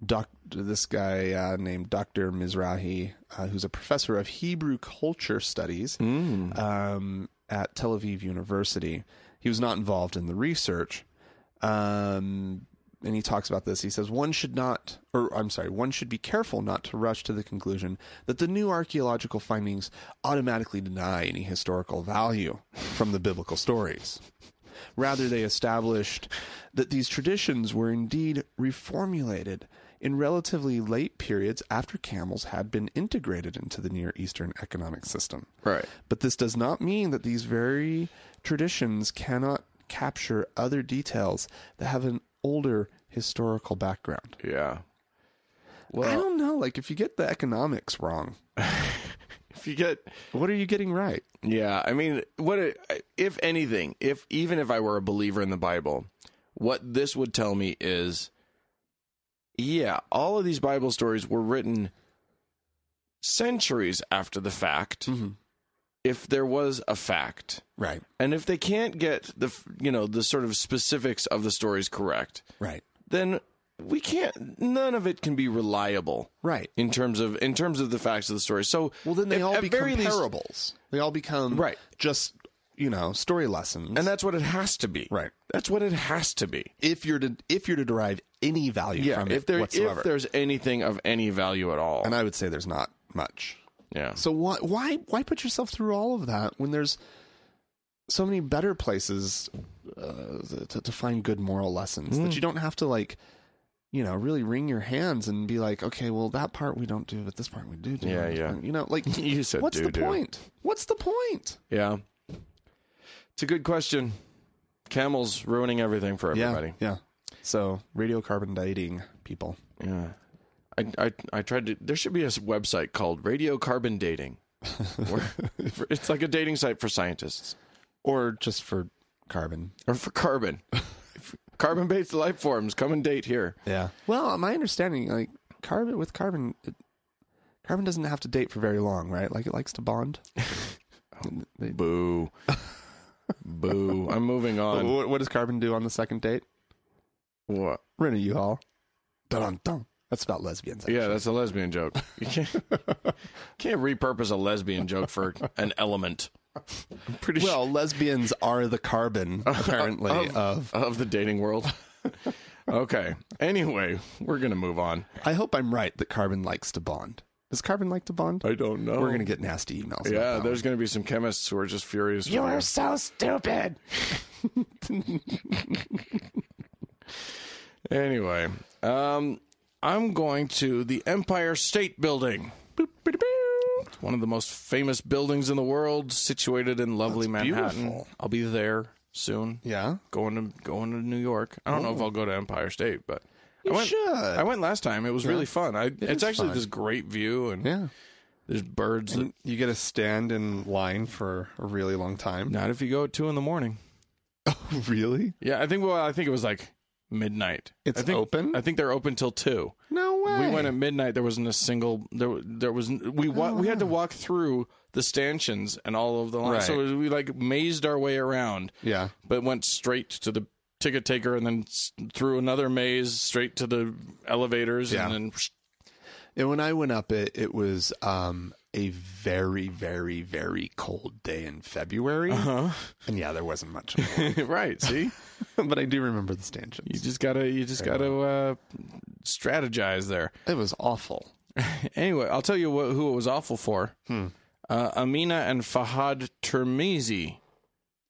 [SPEAKER 1] doc- this guy uh, named Dr. Mizrahi, uh, who's a professor of Hebrew culture studies um, at Tel Aviv University. He was not involved in the research. Um, and he talks about this. He says, one should not, or I'm sorry, one should be careful not to rush to the conclusion that the new archaeological findings automatically deny any historical value from the biblical stories. Rather, they established that these traditions were indeed reformulated in relatively late periods after camels had been integrated into the Near Eastern economic system.
[SPEAKER 2] Right.
[SPEAKER 1] But this does not mean that these very traditions cannot capture other details that have an older historical background.
[SPEAKER 2] Yeah.
[SPEAKER 1] I
[SPEAKER 2] Well,
[SPEAKER 1] don't know. Like, if you get the economics wrong,
[SPEAKER 2] if you get
[SPEAKER 1] what are you getting right?
[SPEAKER 2] Yeah, I mean, what it, if anything, if even if I were a believer in the Bible, what this would tell me is yeah, all of these Bible stories were written centuries after the fact.
[SPEAKER 1] Mm-hmm.
[SPEAKER 2] If there was a fact,
[SPEAKER 1] Right.
[SPEAKER 2] and if they can't get the f- you know, the sort of specifics of the stories correct,
[SPEAKER 1] Right.
[SPEAKER 2] then we can't none of it can be reliable
[SPEAKER 1] Right.
[SPEAKER 2] in terms of in terms of the facts of the story. So
[SPEAKER 1] Well, then they
[SPEAKER 2] at-
[SPEAKER 1] all
[SPEAKER 2] at
[SPEAKER 1] become
[SPEAKER 2] very least-
[SPEAKER 1] parables. they all become
[SPEAKER 2] Right.
[SPEAKER 1] just, you know, story lessons.
[SPEAKER 2] And that's what it has to be.
[SPEAKER 1] Right.
[SPEAKER 2] That's what it has to be.
[SPEAKER 1] if you're to if you're to derive any value from
[SPEAKER 2] if
[SPEAKER 1] it
[SPEAKER 2] there
[SPEAKER 1] whatsoever.
[SPEAKER 2] if there's anything of any value at all.
[SPEAKER 1] and I would say there's not much.
[SPEAKER 2] yeah.
[SPEAKER 1] So why why why put yourself through all of that when there's so many better places uh, to, to find good moral lessons
[SPEAKER 2] Hmm.
[SPEAKER 1] that you don't have to like you know really wring your hands and be like okay well that part we don't do but this part we do do
[SPEAKER 2] Yeah, yeah.
[SPEAKER 1] you know like
[SPEAKER 2] You said
[SPEAKER 1] what's the
[SPEAKER 2] do-do.
[SPEAKER 1] point what's the point
[SPEAKER 2] yeah. It's a good question. Camels ruining everything for everybody.
[SPEAKER 1] yeah so radiocarbon dating people
[SPEAKER 2] Yeah. I, I I tried to there should be a s- website called radiocarbon dating. Where- it's like a dating site for scientists
[SPEAKER 1] or just for carbon
[SPEAKER 2] or for carbon. carbon based life forms come and date here.
[SPEAKER 1] Yeah. Well, my understanding, like carbon with carbon, it, carbon doesn't have to date for very long, right? Like it likes to bond. They-
[SPEAKER 2] Boo. Boo. I'm moving on.
[SPEAKER 1] what, what does carbon do on the second date?
[SPEAKER 2] What?
[SPEAKER 1] Rent a U-Haul. Dun dun dun. That's about lesbians. Actually.
[SPEAKER 2] Yeah, that's a lesbian joke. You can't, can't repurpose a lesbian joke for an element. I'm pretty
[SPEAKER 1] Well, lesbians are the carbon apparently of,
[SPEAKER 2] sure of the dating world. okay. Anyway, we're gonna move on.
[SPEAKER 1] I hope I'm right that carbon likes to bond. Does carbon like to bond?
[SPEAKER 2] I don't know.
[SPEAKER 1] We're gonna get nasty emails.
[SPEAKER 2] Yeah, there's gonna be some chemists who are just furious.
[SPEAKER 1] You
[SPEAKER 2] with
[SPEAKER 1] are
[SPEAKER 2] us.
[SPEAKER 1] so stupid.
[SPEAKER 2] Anyway, um, I'm going to the Empire State Building. One of the most famous buildings in the world, situated in lovely Manhattan.
[SPEAKER 1] beautiful.
[SPEAKER 2] I'll be there soon.
[SPEAKER 1] Yeah.
[SPEAKER 2] going to going to New York. I don't know if I'll go to Empire State, but I went.
[SPEAKER 1] should.
[SPEAKER 2] I went last time. It was really fun. I, it's
[SPEAKER 1] is
[SPEAKER 2] actually
[SPEAKER 1] fun.
[SPEAKER 2] this great view, and
[SPEAKER 1] Yeah.
[SPEAKER 2] there's birds. that,
[SPEAKER 1] You get to stand in line for a really long time.
[SPEAKER 2] not if you go at two in the morning.
[SPEAKER 1] really?
[SPEAKER 2] Yeah, I think. Well, I think it was like midnight.
[SPEAKER 1] It's
[SPEAKER 2] I think,
[SPEAKER 1] open?
[SPEAKER 2] I think they're open till two.
[SPEAKER 1] No way.
[SPEAKER 2] We went at midnight. There wasn't a single. There, there was. We wa- we
[SPEAKER 1] Oh.
[SPEAKER 2] had to walk through the stanchions and all of the lines. So we like mazed our way around.
[SPEAKER 1] Yeah.
[SPEAKER 2] but went straight to the ticket taker and then s- through another maze straight to the elevators
[SPEAKER 1] Yeah.
[SPEAKER 2] and then
[SPEAKER 1] And when I went up it, it was um, a very, very, very cold day in February. And yeah, there wasn't much. of it.
[SPEAKER 2] right see
[SPEAKER 1] but I do remember the
[SPEAKER 2] you
[SPEAKER 1] stanchions.
[SPEAKER 2] just gotta you just gotta uh strategize there
[SPEAKER 1] It was awful.
[SPEAKER 2] Anyway, I'll tell you what, who it was awful for.
[SPEAKER 1] Hmm.
[SPEAKER 2] Uh, Amina and Fahad Termizi,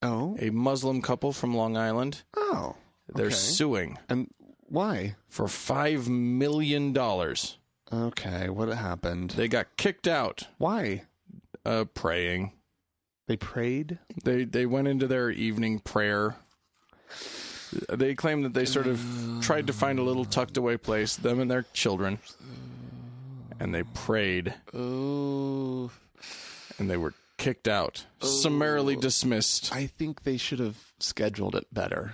[SPEAKER 1] Oh.
[SPEAKER 2] a Muslim couple from Long Island.
[SPEAKER 1] Oh.
[SPEAKER 2] They're
[SPEAKER 1] Okay.
[SPEAKER 2] suing
[SPEAKER 1] And why?
[SPEAKER 2] for $5 million. They
[SPEAKER 1] Okay. What happened?
[SPEAKER 2] got kicked out
[SPEAKER 1] Why?
[SPEAKER 2] uh, praying.
[SPEAKER 1] They prayed?
[SPEAKER 2] They they went into their evening prayer. They claim that they sort of tried to find a little tucked away place, them and their children. And they prayed
[SPEAKER 1] Oh.
[SPEAKER 2] and they were kicked out, summarily dismissed.
[SPEAKER 1] I think they should have scheduled it better.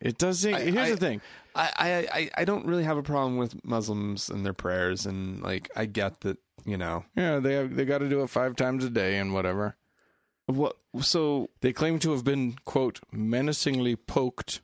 [SPEAKER 2] It does seem,
[SPEAKER 1] I-
[SPEAKER 2] here's
[SPEAKER 1] I-
[SPEAKER 2] the thing.
[SPEAKER 1] I, I, I, I don't really have a problem with Muslims and their prayers, and like I get that, you know.
[SPEAKER 2] Yeah, they have, they got to do it 5 times a day and whatever.
[SPEAKER 1] What? So
[SPEAKER 2] They claim to have been quote menacingly poked.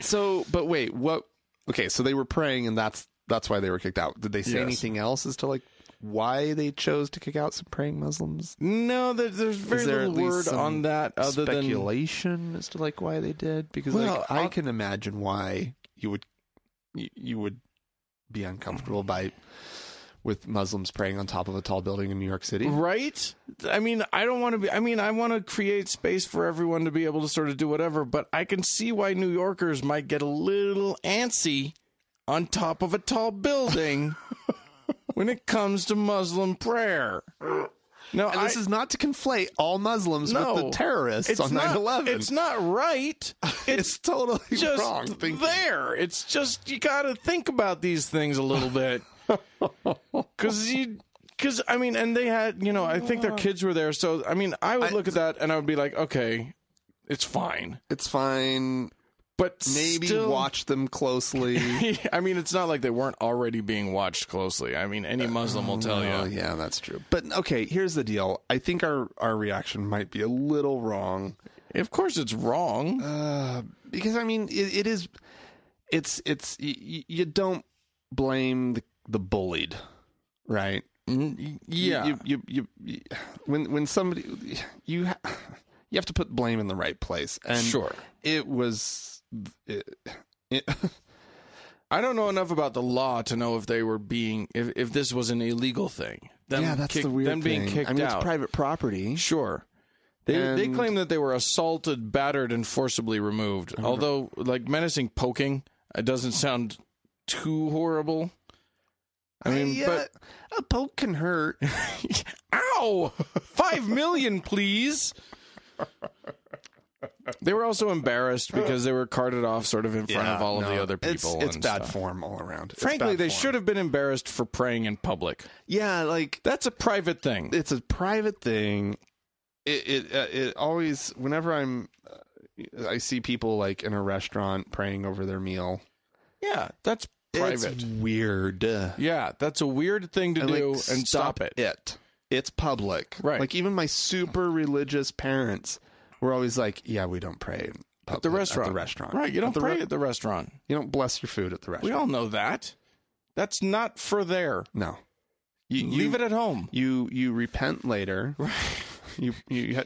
[SPEAKER 1] So, but wait, what? Okay, so they were praying, and that's that's why they were kicked out. Did they say
[SPEAKER 2] Yes.
[SPEAKER 1] anything else as to like why they chose to kick out some praying Muslims?
[SPEAKER 2] No, there, there's very
[SPEAKER 1] Is there
[SPEAKER 2] little
[SPEAKER 1] at least
[SPEAKER 2] word
[SPEAKER 1] some
[SPEAKER 2] on that other than
[SPEAKER 1] Speculation as to like why they did, because
[SPEAKER 2] Well,
[SPEAKER 1] like I
[SPEAKER 2] I'll-
[SPEAKER 1] can imagine why you would you, you would be uncomfortable by with Muslims praying on top of a tall building in New York City.
[SPEAKER 2] Right? I mean, I don't want to be, I mean, I want to create space for everyone to be able to sort of do whatever, but I can see why New Yorkers might get a little antsy on top of a tall building when it comes to Muslim prayer. No,
[SPEAKER 1] And this
[SPEAKER 2] I-
[SPEAKER 1] is not to conflate all Muslims with
[SPEAKER 2] No,
[SPEAKER 1] the terrorists
[SPEAKER 2] it's
[SPEAKER 1] on
[SPEAKER 2] not,
[SPEAKER 1] 9-11.
[SPEAKER 2] It's not right.
[SPEAKER 1] It's totally
[SPEAKER 2] just
[SPEAKER 1] wrong. thinking.
[SPEAKER 2] there. It's just you got to think about these things a little bit because you. Because I mean, and they had, you know, I think their kids were there, so I mean, I would look at that and I would be like, okay, it's fine,
[SPEAKER 1] It's fine.
[SPEAKER 2] but
[SPEAKER 1] Maybe
[SPEAKER 2] still-
[SPEAKER 1] watch them closely.
[SPEAKER 2] I mean, it's not like they weren't already being watched closely. I mean, any Muslim will tell
[SPEAKER 1] Oh
[SPEAKER 2] you.
[SPEAKER 1] yeah, that's true. But okay, here's the deal. I think our our reaction might be a little wrong
[SPEAKER 2] Of course, it's wrong.
[SPEAKER 1] uh, because I mean it, it is it's it's y- y- you don't blame the, the bullied, right?
[SPEAKER 2] Mm, yeah,
[SPEAKER 1] You you, you you you when when somebody you ha- you have to put blame in the right place. And
[SPEAKER 2] sure.
[SPEAKER 1] it was it, it,
[SPEAKER 2] I don't know enough about the law to know if they were being if, if this was an illegal thing. Them
[SPEAKER 1] yeah, that's
[SPEAKER 2] kick-
[SPEAKER 1] the weird
[SPEAKER 2] them being
[SPEAKER 1] thing.
[SPEAKER 2] kicked
[SPEAKER 1] I mean,
[SPEAKER 2] out.
[SPEAKER 1] it's private property.
[SPEAKER 2] Sure. They, they
[SPEAKER 1] And-
[SPEAKER 2] claim that they were assaulted, battered, and forcibly removed. Although, like menacing poking, it doesn't sound too horrible. I mean,
[SPEAKER 1] yeah, a poke can hurt.
[SPEAKER 2] but
[SPEAKER 1] uh,
[SPEAKER 2] ow, five million, please. They were also embarrassed because they were carted off, sort of in front of
[SPEAKER 1] Yeah,
[SPEAKER 2] all of the
[SPEAKER 1] no,
[SPEAKER 2] other
[SPEAKER 1] it's-
[SPEAKER 2] people.
[SPEAKER 1] It's,
[SPEAKER 2] and
[SPEAKER 1] bad
[SPEAKER 2] stuff.
[SPEAKER 1] form all around. It's
[SPEAKER 2] Frankly,
[SPEAKER 1] bad
[SPEAKER 2] they
[SPEAKER 1] form.
[SPEAKER 2] should have been embarrassed for praying in public.
[SPEAKER 1] Yeah, like
[SPEAKER 2] That's a private thing.
[SPEAKER 1] it's a private thing. It it uh, it always whenever I'm uh, I see people like in a restaurant praying over their meal.
[SPEAKER 2] Yeah, that's private.
[SPEAKER 1] It's weird. And,
[SPEAKER 2] yeah, that's a weird thing to
[SPEAKER 1] like,
[SPEAKER 2] do, and stop it.
[SPEAKER 1] It. It's public.
[SPEAKER 2] Right.
[SPEAKER 1] Like even my super religious parents were always like, "Yeah, we don't pray in public,
[SPEAKER 2] the restaurant.
[SPEAKER 1] At the restaurant.
[SPEAKER 2] Right, you
[SPEAKER 1] At
[SPEAKER 2] don't
[SPEAKER 1] the
[SPEAKER 2] pray
[SPEAKER 1] re-
[SPEAKER 2] at the restaurant.
[SPEAKER 1] you don't bless your food at the
[SPEAKER 2] We
[SPEAKER 1] restaurant.
[SPEAKER 2] all know that. That's not for there.
[SPEAKER 1] no. You, you
[SPEAKER 2] Leave it at home.
[SPEAKER 1] You you repent later. you you. you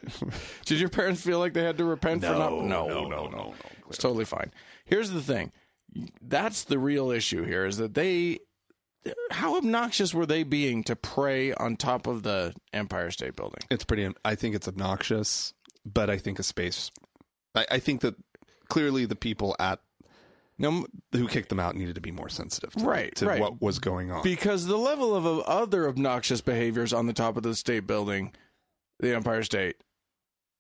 [SPEAKER 2] Did your parents feel like they had to repent for not?
[SPEAKER 1] no.
[SPEAKER 2] It's totally fine. Here's the thing. That's the real issue here is that they how obnoxious were they being to pray on top of the Empire State Building?
[SPEAKER 1] It's pretty. I think it's obnoxious, but I think a space. I, I think that clearly the people at
[SPEAKER 2] No,
[SPEAKER 1] who kicked them out needed to be more sensitive, to,
[SPEAKER 2] Right,
[SPEAKER 1] to
[SPEAKER 2] right.
[SPEAKER 1] what was going on.
[SPEAKER 2] because the level of of other obnoxious behaviors on the top of the state building, the Empire State.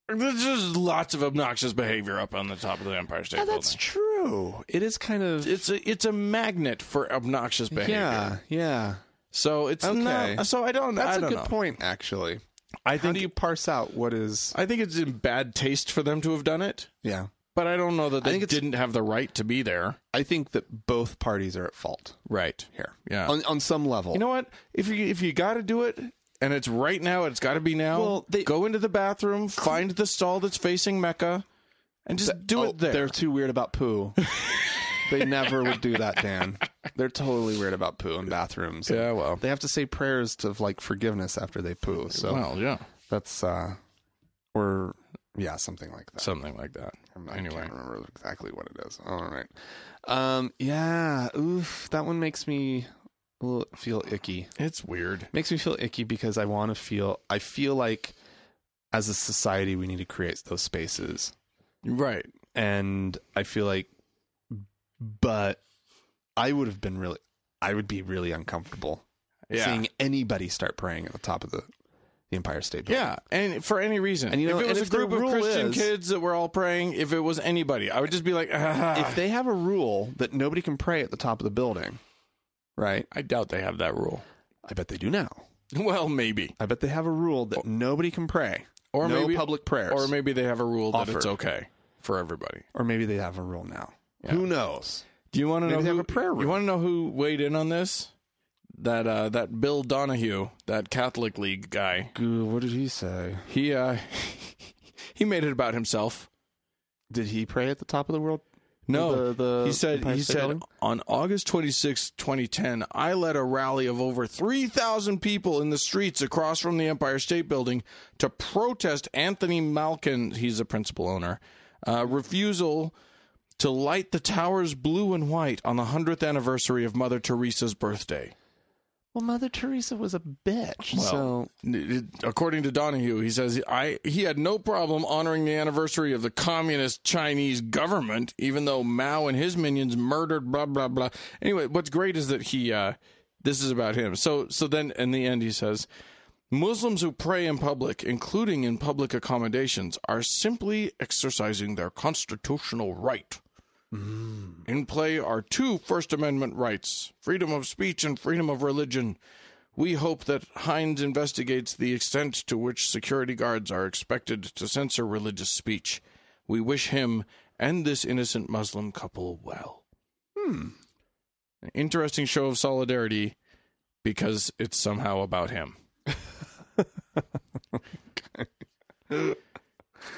[SPEAKER 2] There's just lots of obnoxious behavior up on the top of the Empire State
[SPEAKER 1] Yeah,
[SPEAKER 2] Building.
[SPEAKER 1] Oh, that's true. It is kind of
[SPEAKER 2] it's a it's a magnet for obnoxious behavior.
[SPEAKER 1] yeah, yeah.
[SPEAKER 2] So it's
[SPEAKER 1] Okay.
[SPEAKER 2] not. So I don't.
[SPEAKER 1] That's
[SPEAKER 2] I
[SPEAKER 1] a
[SPEAKER 2] don't
[SPEAKER 1] good
[SPEAKER 2] know.
[SPEAKER 1] point, actually.
[SPEAKER 2] I
[SPEAKER 1] How
[SPEAKER 2] think.
[SPEAKER 1] do you parse out what is?
[SPEAKER 2] I think it's in bad taste for them to have done it,
[SPEAKER 1] Yeah,
[SPEAKER 2] but I don't know that they
[SPEAKER 1] think it's-
[SPEAKER 2] didn't have the right to be there.
[SPEAKER 1] I think that both parties are at fault
[SPEAKER 2] Right.
[SPEAKER 1] here
[SPEAKER 2] Yeah.
[SPEAKER 1] on on some level.
[SPEAKER 2] you know what? If you if you got to do it. And it's right now. It's got to be now.
[SPEAKER 1] Well, they-
[SPEAKER 2] Go into the bathroom, find the stall that's facing Mecca, and just do
[SPEAKER 1] Oh,
[SPEAKER 2] it there.
[SPEAKER 1] They're too weird about poo. they never would do that, Dan. They're totally weird about poo in bathrooms.
[SPEAKER 2] Yeah, well.
[SPEAKER 1] they have to say prayers to like forgiveness after they poo. So
[SPEAKER 2] Well, yeah.
[SPEAKER 1] that's uh, we're
[SPEAKER 4] Yeah, something like that.
[SPEAKER 2] something like that.
[SPEAKER 4] I'm- I
[SPEAKER 2] Anyway,
[SPEAKER 4] can't remember exactly what it is. All right. Um, yeah. Oof. That one makes me a little- feel icky.
[SPEAKER 2] it's weird.
[SPEAKER 4] Makes me feel icky because I want to feel. I feel like as a society we need to create those spaces,
[SPEAKER 2] Right.
[SPEAKER 4] and I feel like, but I would have been really. I would be really uncomfortable
[SPEAKER 2] Yeah.
[SPEAKER 4] seeing anybody start praying at the top of the, the Empire State Building.
[SPEAKER 2] yeah, and for any reason.
[SPEAKER 4] And you know,
[SPEAKER 2] if it
[SPEAKER 4] and
[SPEAKER 2] was
[SPEAKER 4] if
[SPEAKER 2] a
[SPEAKER 4] the
[SPEAKER 2] group of
[SPEAKER 4] rule
[SPEAKER 2] Christian
[SPEAKER 4] is-
[SPEAKER 2] kids that were all praying, if it was anybody, I would just be like, ah.
[SPEAKER 4] If they have a rule that nobody can pray at the top of the building, right?
[SPEAKER 2] I doubt they have that rule.
[SPEAKER 4] I bet they do now.
[SPEAKER 2] Well, maybe,
[SPEAKER 4] I bet they have a rule that nobody can pray.
[SPEAKER 2] or
[SPEAKER 4] no
[SPEAKER 2] maybe,
[SPEAKER 4] public prayers.
[SPEAKER 2] or maybe they have a rule that it's
[SPEAKER 4] Offered.
[SPEAKER 2] okay for everybody.
[SPEAKER 4] Or maybe they have a rule now.
[SPEAKER 2] Yeah.
[SPEAKER 4] Who knows?
[SPEAKER 2] Do you want to
[SPEAKER 4] Maybe
[SPEAKER 2] know
[SPEAKER 4] they
[SPEAKER 2] who,
[SPEAKER 4] have a prayer
[SPEAKER 2] You
[SPEAKER 4] room.
[SPEAKER 2] want to know who weighed in on this? That uh, that Bill Donahue, that Catholic League guy.
[SPEAKER 4] What did he say?
[SPEAKER 2] He uh, he made it about himself.
[SPEAKER 4] Did he pray at the top of the world?
[SPEAKER 2] No,
[SPEAKER 4] the, the
[SPEAKER 2] he said
[SPEAKER 4] Empire
[SPEAKER 2] he
[SPEAKER 4] State
[SPEAKER 2] said
[SPEAKER 4] Building?
[SPEAKER 2] on August 26, 2010, I led a rally of over 3,000 people in the streets across from the Empire State Building to protest Anthony Malkin, he's a principal owner, uh, refusal to light the towers blue and white on the 100th anniversary of Mother Teresa's birthday.
[SPEAKER 4] "Well, Mother Teresa was a bitch." so
[SPEAKER 2] N- according to Donahue, he says I he had no problem honoring the anniversary of the communist Chinese government, even though Mao and his minions murdered blah blah blah. Anyway, what's great is that he uh, this is about him. So so then in the end he says Muslims who pray in public, including in public accommodations, are simply exercising their constitutional right. In play are two First Amendment rights freedom of speech and freedom of religion. We hope that Hines investigates the extent to which security guards are expected to censor religious speech. We wish him and this innocent Muslim couple well. Hmm. An interesting show of solidarity because it's somehow about him.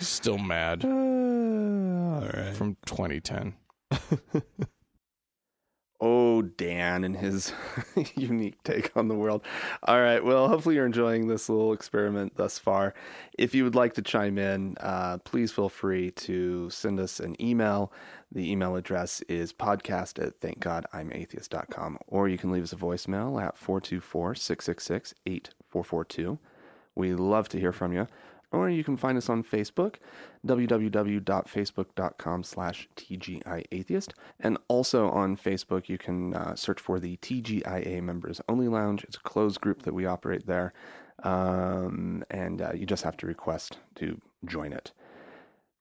[SPEAKER 2] Still
[SPEAKER 4] uh,
[SPEAKER 2] mad
[SPEAKER 4] all right.
[SPEAKER 2] from 2010.
[SPEAKER 1] Oh, Dan and his unique take on the world. All right. Well, hopefully you're enjoying this little experiment thus far. If you would like to chime in, uh, please feel free to send us an email. The email address is podcast at thankgodimatheist.com, or you can leave us a voicemail at 424 666 8442. We love to hear from you. Or you can find us on Facebook, www.facebook.com slash TGIAtheist. And also on Facebook, you can uh, search for the TGIA Members Only Lounge. It's a closed group that we operate there. Um, and uh, you just have to request to join it.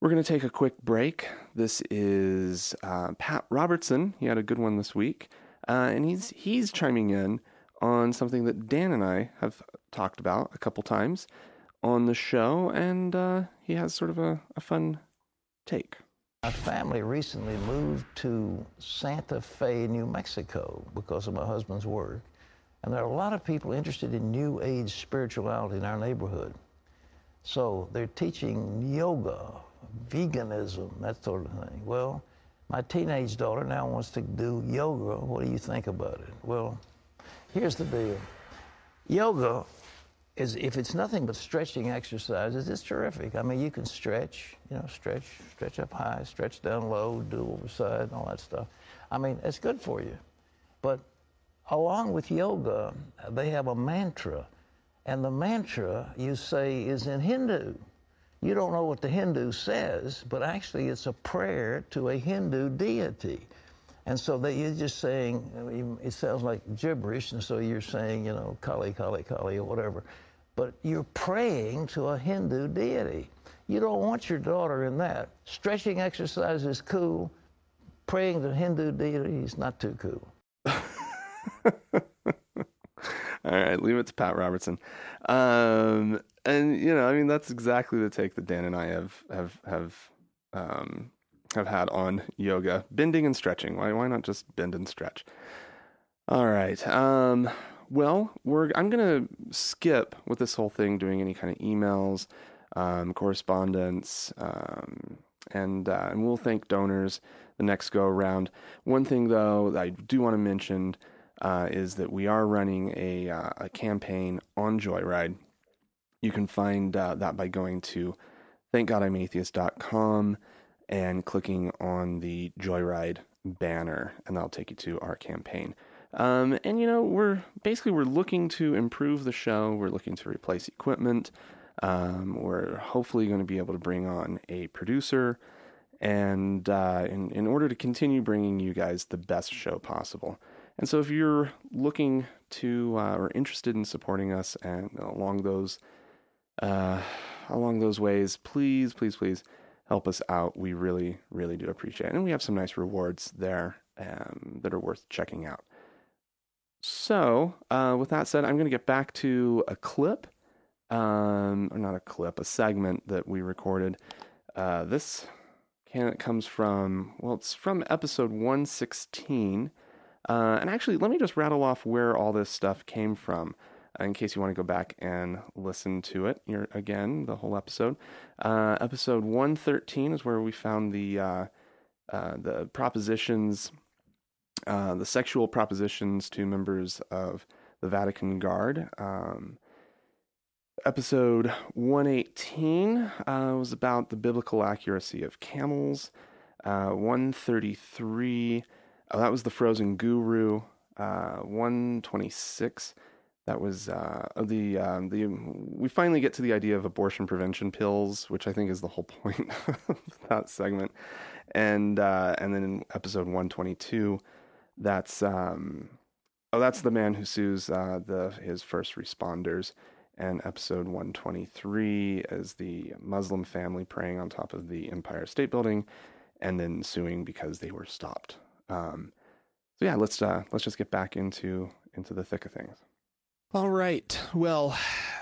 [SPEAKER 1] We're going to take a quick break. This is uh, Pat Robertson. He had a good one this week, uh, and he's he's chiming in on something that Dan and I have talked about a couple times on the show, and uh, he has sort of a, a fun take.
[SPEAKER 5] My family recently moved to Santa Fe, New Mexico, because of my husband's work. And there are a lot of people interested in New Age spirituality in our neighborhood. So they're teaching yoga, veganism, that sort of thing. Well, my teenage daughter now wants to do yoga. What do you think about it? Well, here's the deal yoga is if it's nothing but stretching exercises, it's terrific. I mean, you can stretch, you know, stretch, stretch up high, stretch down low, do over side, and all that stuff. I mean, it's good for you. But along with yoga, they have a mantra, and the mantra you say is in Hindu. You don't know what the Hindu says, but actually it's a prayer to a Hindu deity. And so that you're just saying, I mean, it sounds like gibberish, and so you're saying, you know, kali, kali, kali, or whatever. But you're praying to a Hindu deity. You don't want your daughter in that. Stretching exercise is cool. Praying to Hindu deity is not too cool.
[SPEAKER 1] All right, leave it to Pat Robertson. Um, and you know, I mean, that's exactly the take that Dan and I have have have um, have had on yoga, bending and stretching. Why why not just bend and stretch? All right. Um, well, we're I'm gonna skip with this whole thing doing any kind of emails, um, correspondence, um, and uh, and we'll thank donors the next go around. One thing though that I do want to mention uh, is that we are running a uh, a campaign on Joyride. You can find uh, that by going to
[SPEAKER 3] thankgodimatheist.com and clicking on the Joyride banner, and that'll take you to our campaign. Um, and you know, we're basically we're looking to improve the show. We're looking to replace equipment. Um, we're hopefully going to be able to bring on a producer, and uh, in in order to continue bringing you guys the best show possible. And so, if you're looking to uh, or interested in supporting us and along those uh, along those ways, please, please, please help us out. We really, really do appreciate it. And we have some nice rewards there um, that are worth checking out. So, uh, with that said, I'm going to get back to a clip, um, or not a clip, a segment that we recorded. Uh, this can comes from, well, it's from episode 116. Uh, and actually, let me just rattle off where all this stuff came from uh, in case you want to go back and listen to it you're, again, the whole episode. Uh, episode 113 is where we found the, uh, uh, the propositions, uh, the sexual propositions to members of the Vatican Guard. Um, episode 118 uh, was about the biblical accuracy of camels. Uh, 133, oh, that was the frozen guru. Uh, 126 that was uh, the um, the we finally get to the idea of abortion prevention pills, which I think is the whole point of that segment, and uh, and then in episode one twenty two, that's um, oh that's the man who sues uh, the his first responders, and episode one twenty three is the Muslim family praying on top of the Empire State Building, and then suing because they were stopped. Um, so yeah, let's uh, let's just get back into into the thick of things.
[SPEAKER 1] All right. Well,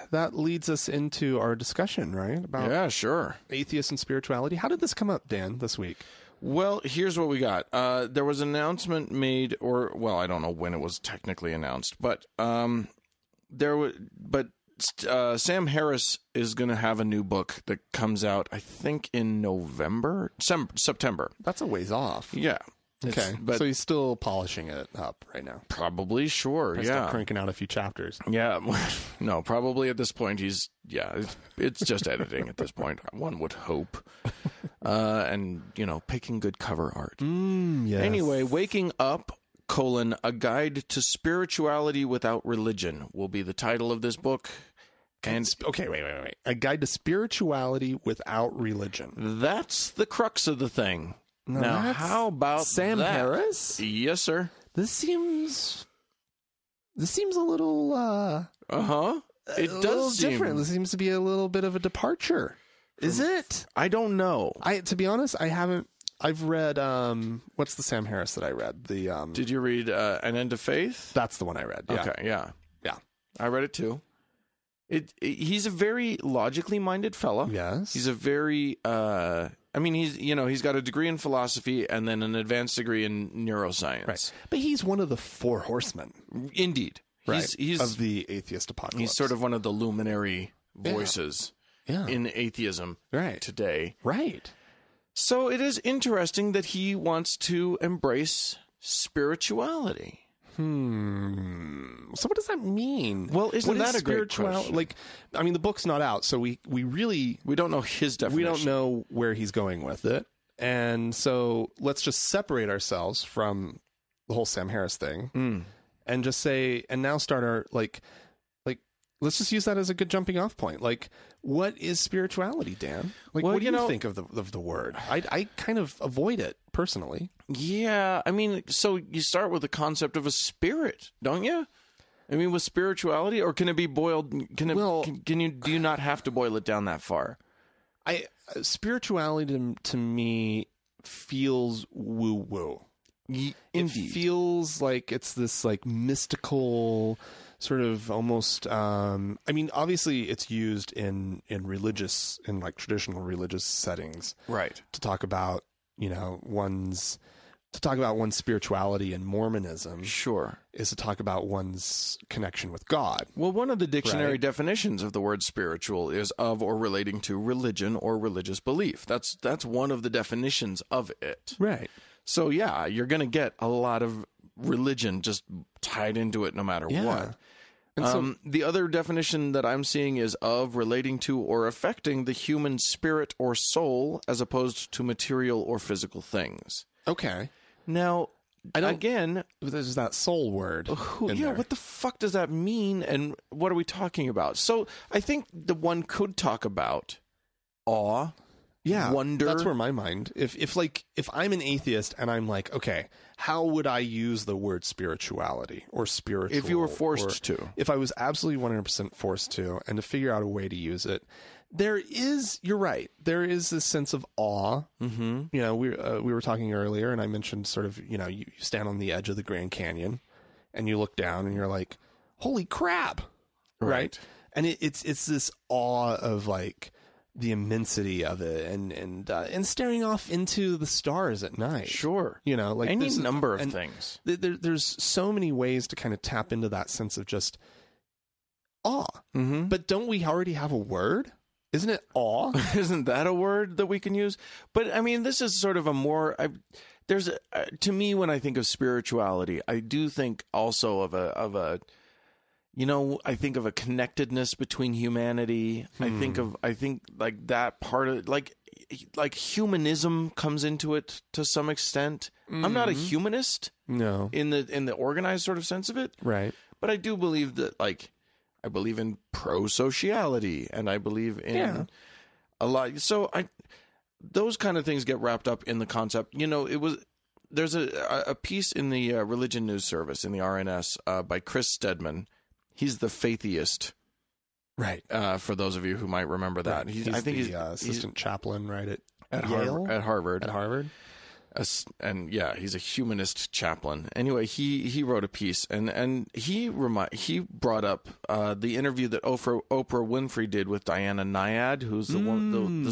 [SPEAKER 1] that leads us into our discussion, right? About
[SPEAKER 2] Yeah, sure.
[SPEAKER 1] atheists and spirituality. How did this come up, Dan, this week?
[SPEAKER 2] Well, here's what we got. Uh, there was an announcement made, or well, I don't know when it was technically announced, but um, there. wa but uh, Sam Harris is going to have a new book that comes out, I think, in November, Sem- September.
[SPEAKER 1] That's a ways off.
[SPEAKER 2] Yeah. It's-
[SPEAKER 1] Okay.
[SPEAKER 2] but
[SPEAKER 1] so he's still polishing it up right now.
[SPEAKER 2] probably sure.
[SPEAKER 1] He's
[SPEAKER 2] Yeah.
[SPEAKER 1] Still cranking out a few chapters.
[SPEAKER 2] Yeah, no, probably at this point he's yeah, it's, it's just editing at this point. One would hope, uh, and you know, picking good cover art.
[SPEAKER 1] Mm, yes.
[SPEAKER 2] Anyway, waking up colon a guide to spirituality without religion will be the title of this book, and
[SPEAKER 1] okay, wait, wait, wait. A guide to spirituality without religion.
[SPEAKER 2] that's the crux of the thing. Now,
[SPEAKER 1] that's
[SPEAKER 2] how about
[SPEAKER 1] Sam
[SPEAKER 2] that?
[SPEAKER 1] Harris?
[SPEAKER 2] Yes, sir.
[SPEAKER 1] This seems. This seems a little. uh
[SPEAKER 2] Uh huh. It
[SPEAKER 1] a little
[SPEAKER 2] does seem.
[SPEAKER 1] different. This seems to be a little bit of a departure. Is it?
[SPEAKER 2] I don't know.
[SPEAKER 1] I to be honest, I haven't. I've read um, what's the Sam Harris that I read? The um,
[SPEAKER 2] Did you read uh, An End to Faith?
[SPEAKER 1] that's the one I read. Yeah.
[SPEAKER 2] Okay, yeah.
[SPEAKER 1] Yeah.
[SPEAKER 2] I read it too. It, it- he's a very logically minded fella.
[SPEAKER 1] Yes.
[SPEAKER 2] He's a very uh I mean he's you know, he's got a degree in philosophy and then an advanced degree in neuroscience.
[SPEAKER 1] right. But he's one of the four horsemen,
[SPEAKER 2] Indeed.
[SPEAKER 1] right?
[SPEAKER 2] He's he's
[SPEAKER 1] of the atheist apocalypse.
[SPEAKER 2] he's sort of one of the luminary voices
[SPEAKER 1] yeah.
[SPEAKER 2] in atheism
[SPEAKER 1] Right.
[SPEAKER 2] today.
[SPEAKER 1] right.
[SPEAKER 2] So it is interesting that he wants to embrace spirituality.
[SPEAKER 1] Hmm. So what does that mean?
[SPEAKER 2] Well, isn't
[SPEAKER 1] What is
[SPEAKER 2] that a great
[SPEAKER 1] spiritual-
[SPEAKER 2] question?
[SPEAKER 1] Like, I mean, the book's not out, so we we really
[SPEAKER 2] We don't know his definition.
[SPEAKER 1] we don't know where he's going with it. And so let's just separate ourselves from the whole Sam Harris thing
[SPEAKER 2] Hmm.
[SPEAKER 1] and just say, and now start our like, like, let's just use that as a good jumping off point. Like, what is spirituality, Dan? Like,
[SPEAKER 2] Well,
[SPEAKER 1] what do
[SPEAKER 2] you
[SPEAKER 1] you,
[SPEAKER 2] know-
[SPEAKER 1] think of the, of the word? I, I kind of avoid it personally.
[SPEAKER 2] Yeah, I mean, so you start with the concept of a spirit, don't you? I mean, with spirituality, or can it be boiled? Can it?
[SPEAKER 1] Well-
[SPEAKER 2] can, can you? Do you not have to boil it down that far?
[SPEAKER 1] I, uh, spirituality to, to me feels woo woo. it feels like it's this like mystical sort of almost um i mean obviously it's used in in religious in like traditional religious settings
[SPEAKER 2] right.
[SPEAKER 1] to talk about you know one's to talk about one's spirituality and mormonism
[SPEAKER 2] Sure.
[SPEAKER 1] is to talk about one's connection with god
[SPEAKER 2] Well, one of the dictionary
[SPEAKER 1] Right.
[SPEAKER 2] definitions of the word spiritual is of or relating to religion or religious belief. That's that's one of the definitions of it.
[SPEAKER 1] right
[SPEAKER 2] So yeah, you're going to get a lot of religion just tied into it no matter
[SPEAKER 1] Yeah.
[SPEAKER 2] what. And so, um, the other definition that I'm seeing is of relating to or affecting the human spirit or soul as opposed to material or physical things.
[SPEAKER 1] Okay.
[SPEAKER 2] Now,
[SPEAKER 1] I don't-
[SPEAKER 2] again,
[SPEAKER 1] There's that soul word.
[SPEAKER 2] who,
[SPEAKER 1] in
[SPEAKER 2] yeah,
[SPEAKER 1] there.
[SPEAKER 2] what the fuck does that mean and what are we talking about? So, I think the one could talk about awe.
[SPEAKER 1] yeah
[SPEAKER 2] wonder.
[SPEAKER 1] that's where my mind if if like if i'm an atheist and i'm like okay how would i use the word spirituality or spiritual
[SPEAKER 2] If you were
[SPEAKER 1] or-
[SPEAKER 2] forced to.
[SPEAKER 1] if i was absolutely 100% forced to and to figure out a way to use it there is you're right there is this sense of awe
[SPEAKER 2] Mm-hmm.
[SPEAKER 1] you know we uh, we were talking earlier and i mentioned sort of you know you you stand on the edge of the grand canyon and you look down and you're like holy crap right,
[SPEAKER 2] Right.
[SPEAKER 1] and it, it's it's this awe of like the immensity of it and and uh, and staring off into the stars at night
[SPEAKER 2] Sure.
[SPEAKER 1] you know like
[SPEAKER 2] Any
[SPEAKER 1] this-
[SPEAKER 2] number of
[SPEAKER 1] and
[SPEAKER 2] things.
[SPEAKER 1] th- there, there's so many ways to kind of tap into that sense of just awe
[SPEAKER 2] Mm-hmm.
[SPEAKER 1] but don't we already have a word isn't it awe
[SPEAKER 2] isn't that a word that we can use but i mean this is sort of a more I, there's a, uh, to me when i think of spirituality i do think also of a of a you know i think of a connectedness between humanity i think of i think like that part of like like humanism comes into it to some extent i'm not a humanist
[SPEAKER 1] no
[SPEAKER 2] in the in the organized sort of sense of it
[SPEAKER 1] right
[SPEAKER 2] but I do believe that like I believe in pro sociality and I believe in
[SPEAKER 1] Yeah.
[SPEAKER 2] a lot so I those kind of things get wrapped up in the concept you know it was there's a a- a piece in the uh, religion news service in the RNS uh, by Chris Stedman he's the faithiest
[SPEAKER 1] right
[SPEAKER 2] uh, for those of you who might remember that
[SPEAKER 1] Right.
[SPEAKER 2] he's, I think
[SPEAKER 1] the,
[SPEAKER 2] he's
[SPEAKER 1] uh, assistant chaplain, right at
[SPEAKER 2] he's at,
[SPEAKER 1] Yale?
[SPEAKER 2] Harvard, at Harvard
[SPEAKER 1] at Harvard.
[SPEAKER 2] as- and yeah, he's a humanist chaplain. Anyway, he he wrote a piece, and and he remi- he brought up uh, the interview that Oprah, Oprah Winfrey did with Diana Nyad, who's the one the, the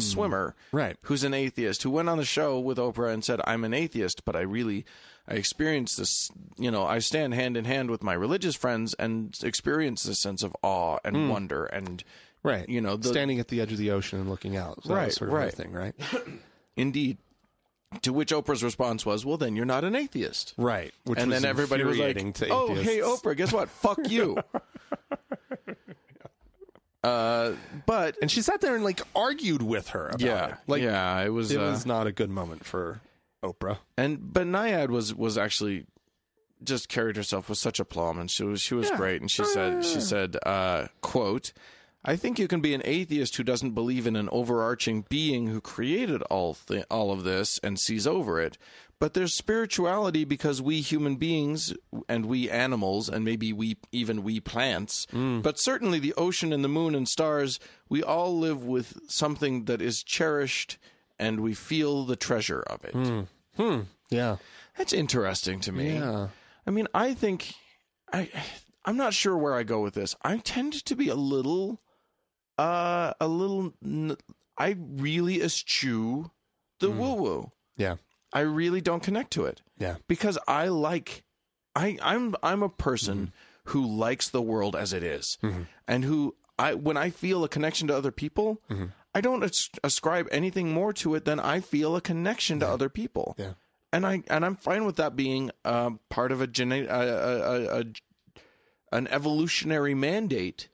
[SPEAKER 1] Mm.
[SPEAKER 2] swimmer,
[SPEAKER 1] Right.
[SPEAKER 2] Who's an atheist who went on the show with Oprah and said, "I'm an atheist, but I really." I experience this, you know. I stand hand in hand with my religious friends and experience this sense of awe and wonder, and
[SPEAKER 1] Mm. Right.
[SPEAKER 2] you know, the,
[SPEAKER 1] standing at the edge of the ocean and looking out. So that was
[SPEAKER 2] Right,
[SPEAKER 1] sort of her
[SPEAKER 2] right.
[SPEAKER 1] thing, right?
[SPEAKER 2] indeed. To which Oprah's response was, "Well, then you're not an atheist."
[SPEAKER 1] Right. Which
[SPEAKER 2] and
[SPEAKER 1] was
[SPEAKER 2] then everybody was like,
[SPEAKER 1] infuriating to
[SPEAKER 2] "Oh, hey,
[SPEAKER 1] atheists.
[SPEAKER 2] Oprah, guess what? Fuck you." uh, but
[SPEAKER 1] And she sat there and like argued with her about
[SPEAKER 2] yeah,
[SPEAKER 1] it. Like
[SPEAKER 2] yeah, it was,
[SPEAKER 1] it
[SPEAKER 2] uh,
[SPEAKER 1] was not a good moment for Oprah.
[SPEAKER 2] and but Nyad was was actually just carried herself with such aplomb, and she was she was great, and she said she said, uh, "quote." I think you can be an atheist who doesn't believe in an overarching being who created all th- all of this and sees over it. But there's spirituality because we human beings and we animals and maybe we even we plants, but certainly the ocean and the moon and stars, we all live with something that is cherished and we feel the treasure of it.
[SPEAKER 1] Yeah.
[SPEAKER 2] That's interesting to me.
[SPEAKER 1] Yeah.
[SPEAKER 2] I mean, I think I I'm not sure where I go with this. I tend to be a little uh a little n- I really eschew the woo woo.
[SPEAKER 1] Yeah.
[SPEAKER 2] I really don't connect to it
[SPEAKER 1] Yeah.
[SPEAKER 2] because I like I I'm I'm a person
[SPEAKER 1] Mm-hmm.
[SPEAKER 2] who likes the world as it is. and who I when I feel a connection to other people,
[SPEAKER 1] Mm-hmm.
[SPEAKER 2] I don't as- ascribe anything more to it than I feel a connection to other people.
[SPEAKER 1] Yeah.
[SPEAKER 2] and I and I'm fine with that being uh, part of a, gene- a, a, a, a an evolutionary mandate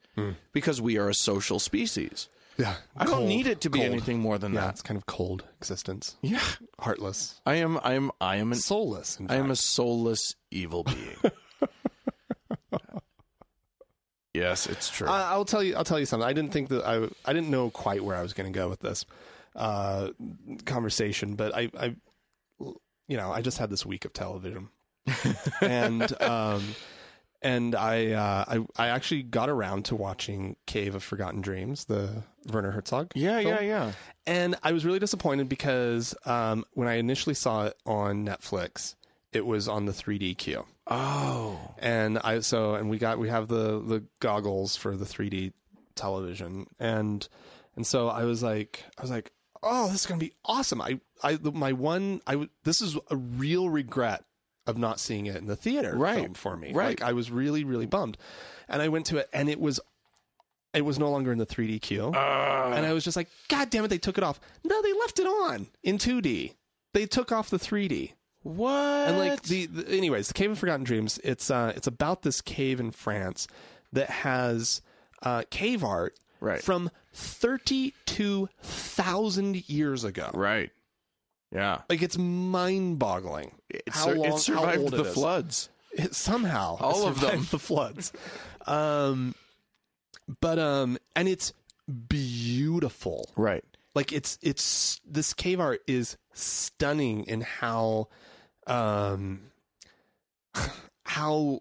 [SPEAKER 2] because we are a social species.
[SPEAKER 1] Yeah.
[SPEAKER 2] I don't
[SPEAKER 1] Mm. Cold.
[SPEAKER 2] need it to be
[SPEAKER 1] Cold.
[SPEAKER 2] anything more than
[SPEAKER 1] Yeah,
[SPEAKER 2] that.
[SPEAKER 1] it's kind of cold existence.
[SPEAKER 2] Yeah,
[SPEAKER 1] Heartless.
[SPEAKER 2] I am. I am. I am an.
[SPEAKER 1] Soulless. In
[SPEAKER 2] I am a
[SPEAKER 1] fact.
[SPEAKER 2] soulless evil being. yes, it's true.
[SPEAKER 1] I- I'll tell you. I'll tell you something. I didn't think that I. I didn't know quite where I was going to go with this uh, conversation, but I, I, you know, I just had this week of television, and um, and I, uh, I, I actually got around to watching Cave of Forgotten Dreams, the Werner Herzog.
[SPEAKER 2] yeah,
[SPEAKER 1] film.
[SPEAKER 2] yeah, yeah.
[SPEAKER 1] And I was really disappointed because um, when I initially saw it on Netflix, it was on the 3D queue
[SPEAKER 2] Oh.
[SPEAKER 1] and I so and we got we have the the goggles for the 3D television and and so I was like I was like oh this is gonna be awesome I I the- my one I w- this is a real regret of not seeing it in the theater
[SPEAKER 2] Right.
[SPEAKER 1] film for me
[SPEAKER 2] Right.
[SPEAKER 1] like I was really really bummed and I went to it and it was it was no longer in the 3D queue
[SPEAKER 2] Uh.
[SPEAKER 1] and I was just like god damn it they took it off no they left it on in 2D they took off the 3D
[SPEAKER 2] What?
[SPEAKER 1] and like the, the anyways the cave of forgotten dreams it's uh it's about this cave in france that has uh, cave art
[SPEAKER 2] Right.
[SPEAKER 1] from 32,000 years ago.
[SPEAKER 2] Right. Yeah.
[SPEAKER 1] Like it's mind-boggling.
[SPEAKER 2] It,
[SPEAKER 1] how
[SPEAKER 2] sur-
[SPEAKER 1] long-
[SPEAKER 2] it
[SPEAKER 1] how
[SPEAKER 2] survived
[SPEAKER 1] old it
[SPEAKER 2] the
[SPEAKER 1] is.
[SPEAKER 2] floods.
[SPEAKER 1] It somehow it
[SPEAKER 2] All of them.
[SPEAKER 1] survived the floods. Um, but um, and it's beautiful.
[SPEAKER 2] Right.
[SPEAKER 1] Like it's it's this cave art is stunning in how um how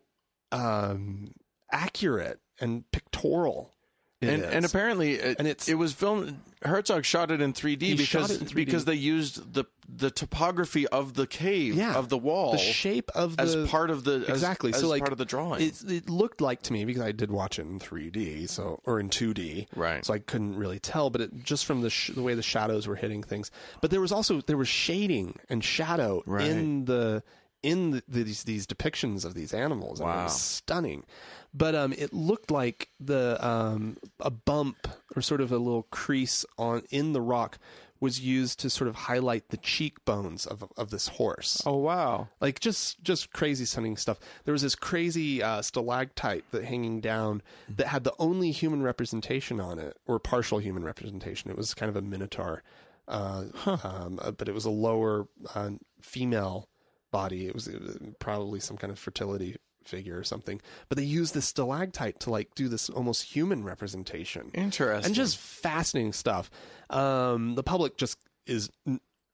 [SPEAKER 1] um accurate and pictorial it
[SPEAKER 2] And,
[SPEAKER 1] is.
[SPEAKER 2] and apparently, it,
[SPEAKER 1] And it's-
[SPEAKER 2] it was filmed. Herzog shot it in 3D
[SPEAKER 1] He shot
[SPEAKER 2] because
[SPEAKER 1] it in 3D.
[SPEAKER 2] because they used the the topography of the cave
[SPEAKER 1] Yeah.
[SPEAKER 2] of the wall
[SPEAKER 1] the shape of the
[SPEAKER 2] as part of the as-
[SPEAKER 1] exactly
[SPEAKER 2] as,
[SPEAKER 1] so like
[SPEAKER 2] part of the drawing.
[SPEAKER 1] It, it looked like to me because I did watch it in 3D, so or in 2D,
[SPEAKER 2] Right.
[SPEAKER 1] So I couldn't really tell, but it, just from the sh- the way the shadows were hitting things. But there was also there was shading and shadow
[SPEAKER 2] Right.
[SPEAKER 1] in the in the, these these depictions of these animals. And it
[SPEAKER 2] Wow.
[SPEAKER 1] was stunning. But um, it looked like the um a bump or sort of a little crease on in the rock was used to sort of highlight the cheekbones of of this horse
[SPEAKER 2] oh wow!
[SPEAKER 1] like just just crazy stunning stuff there was this crazy uh, stalactite that hanging down that had the only human representation on it or partial human representation it was kind of a minotaur uh, um, uh, but it was a lower uh, female body it was, it was probably some kind of fertility figure or something but they used this stalactite to like do this almost human representation
[SPEAKER 2] Interesting.
[SPEAKER 1] and just fascinating stuff. Um, the public just is,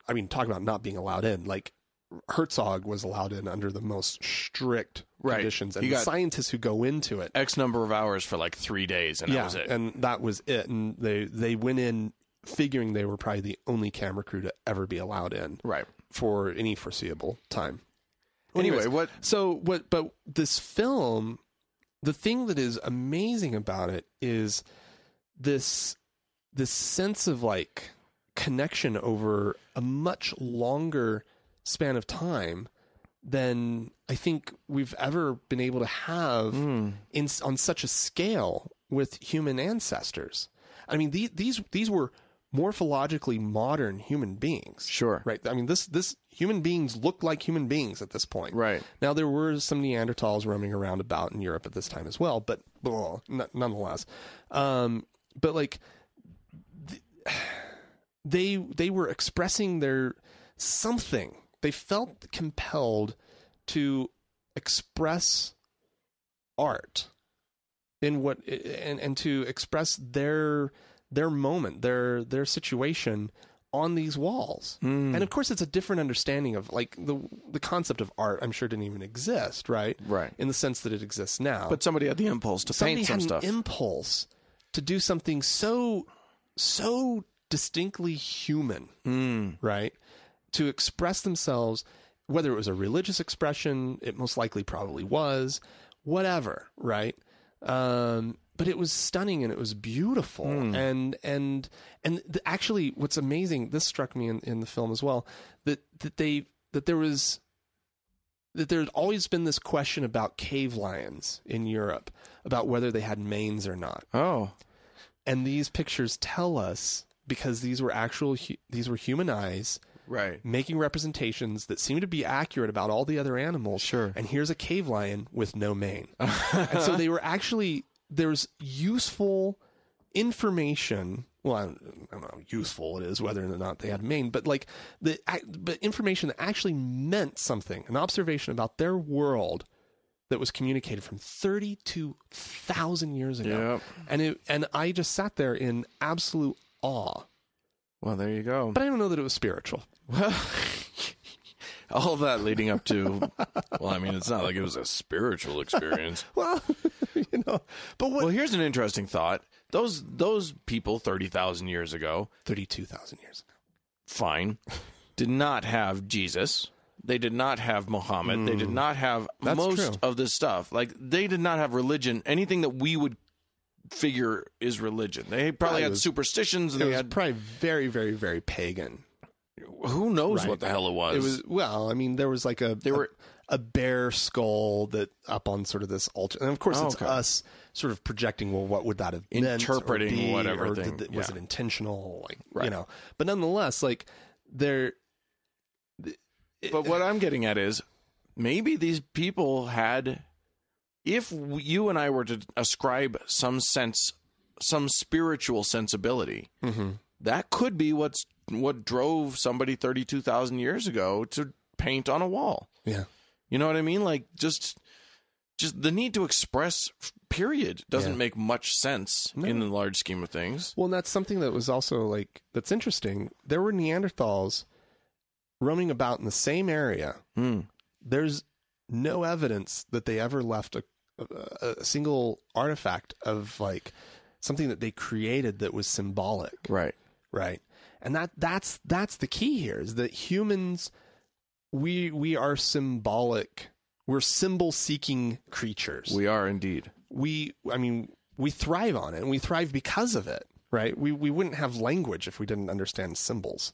[SPEAKER 1] I mean, talk about not being allowed in. Like Herzog was allowed in under the most strict
[SPEAKER 2] Right.
[SPEAKER 1] conditions, and
[SPEAKER 2] He
[SPEAKER 1] the
[SPEAKER 2] got-
[SPEAKER 1] scientists who go into it,
[SPEAKER 2] X number of hours for like three days, and that was it.
[SPEAKER 1] and that was it. And they they went in figuring they were probably the only camera crew to ever be allowed in
[SPEAKER 2] right.
[SPEAKER 1] for any foreseeable time.
[SPEAKER 2] Anyway,
[SPEAKER 1] Anyways,
[SPEAKER 2] what?
[SPEAKER 1] So what but this film the thing that is amazing about it is this this sense of like connection over a much longer span of time than I think we've ever been able to have in on such a scale with human ancestors. I mean the, these these were morphologically modern human beings.
[SPEAKER 2] Sure.
[SPEAKER 1] Right. I mean this this human beings look like human beings at this point.
[SPEAKER 2] Right.
[SPEAKER 1] Now there were some Neanderthals roaming around about in Europe at this time as well, but blah, n- nonetheless. Um, but like they they were expressing their something. They felt compelled to express art in what and and to express their their moment, their their situation on these walls.
[SPEAKER 2] Hmm.
[SPEAKER 1] And of course it's a different understanding of like the the concept of art I'm sure didn't even exist, right?
[SPEAKER 2] Right.
[SPEAKER 1] In the sense that it exists now.
[SPEAKER 2] But somebody had the impulse to
[SPEAKER 1] somebody
[SPEAKER 2] paint some
[SPEAKER 1] had
[SPEAKER 2] stuff.
[SPEAKER 1] an impulse to do something so so distinctly human,
[SPEAKER 2] Hmm.
[SPEAKER 1] right? To express themselves, whether it was a religious expression, it most likely probably was, whatever, right? Um, but it was stunning and it was beautiful,
[SPEAKER 2] Hmm.
[SPEAKER 1] and and and th- actually, what's amazing, this struck me in, in the film as well, that that they that there was that there's always been this question about cave lions in Europe about whether they had manes or not.
[SPEAKER 2] oh,
[SPEAKER 1] And these pictures tell us because these were actual hu- these were human eyes
[SPEAKER 2] right.
[SPEAKER 1] making representations that seem to be accurate about all the other animals.
[SPEAKER 2] Sure.
[SPEAKER 1] And here's a cave lion with no mane. and so they were actually there's useful information. Well, I don't, I don't know how useful it is whether or not they had mane, but like the ac- but information that actually meant something, an observation about their world that was communicated from 32,000 years ago. And it and I just sat there in absolute awe.
[SPEAKER 2] Well, there you go.
[SPEAKER 1] But I don't know that it was spiritual.
[SPEAKER 2] All that leading up to. well, I mean, it's not like it was a spiritual experience.
[SPEAKER 1] Well, you know, but what
[SPEAKER 2] Well, here's an interesting thought. Those those people 30,000 years ago,
[SPEAKER 1] 32,000 years ago.
[SPEAKER 2] fine, did not have Jesus. They did not have Muhammad. They did not have most
[SPEAKER 1] Mm. true.
[SPEAKER 2] of this stuff. Like they did not have religion, anything that we would figure is religion. They probably
[SPEAKER 1] Yeah, it
[SPEAKER 2] had
[SPEAKER 1] was-
[SPEAKER 2] superstitions and
[SPEAKER 1] It
[SPEAKER 2] they
[SPEAKER 1] was
[SPEAKER 2] had
[SPEAKER 1] probably very, very, very pagan.
[SPEAKER 2] who knows
[SPEAKER 1] Right.
[SPEAKER 2] what the hell it was.
[SPEAKER 1] It was well, I mean, there was like a
[SPEAKER 2] They were-
[SPEAKER 1] a, a bear skull that up on sort of this altar, and of course
[SPEAKER 2] Oh,
[SPEAKER 1] it's
[SPEAKER 2] okay.
[SPEAKER 1] us sort of projecting. Well, what would that have meant or
[SPEAKER 2] Interpreting
[SPEAKER 1] be,
[SPEAKER 2] whatever
[SPEAKER 1] or
[SPEAKER 2] thing,
[SPEAKER 1] did- was
[SPEAKER 2] yeah.
[SPEAKER 1] it intentional? Like you
[SPEAKER 2] Right.
[SPEAKER 1] know, but nonetheless, like there,
[SPEAKER 2] but what I'm getting at is maybe these people had if w- you and I were to ascribe some sense, some spiritual sensibility, that could be what's what drove somebody thirty two thousand years ago to paint on a wall.
[SPEAKER 1] Yeah.
[SPEAKER 2] You know what I mean? Like just just the need to express f- period doesn't
[SPEAKER 1] Yeah.
[SPEAKER 2] make much sense in the large scheme of things.
[SPEAKER 1] Well, and that's something that was also like that's interesting. There were Neanderthals roaming about in the same area. There's no evidence that they ever left a, a, a single artifact of like something that they created that was symbolic,
[SPEAKER 2] Right.
[SPEAKER 1] right? And that that's that's the key here is that humans we we are symbolic. We're symbol seeking creatures
[SPEAKER 2] We are indeed.
[SPEAKER 1] we i mean we thrive on it and we thrive because of it right we we wouldn't have language if we didn't understand symbols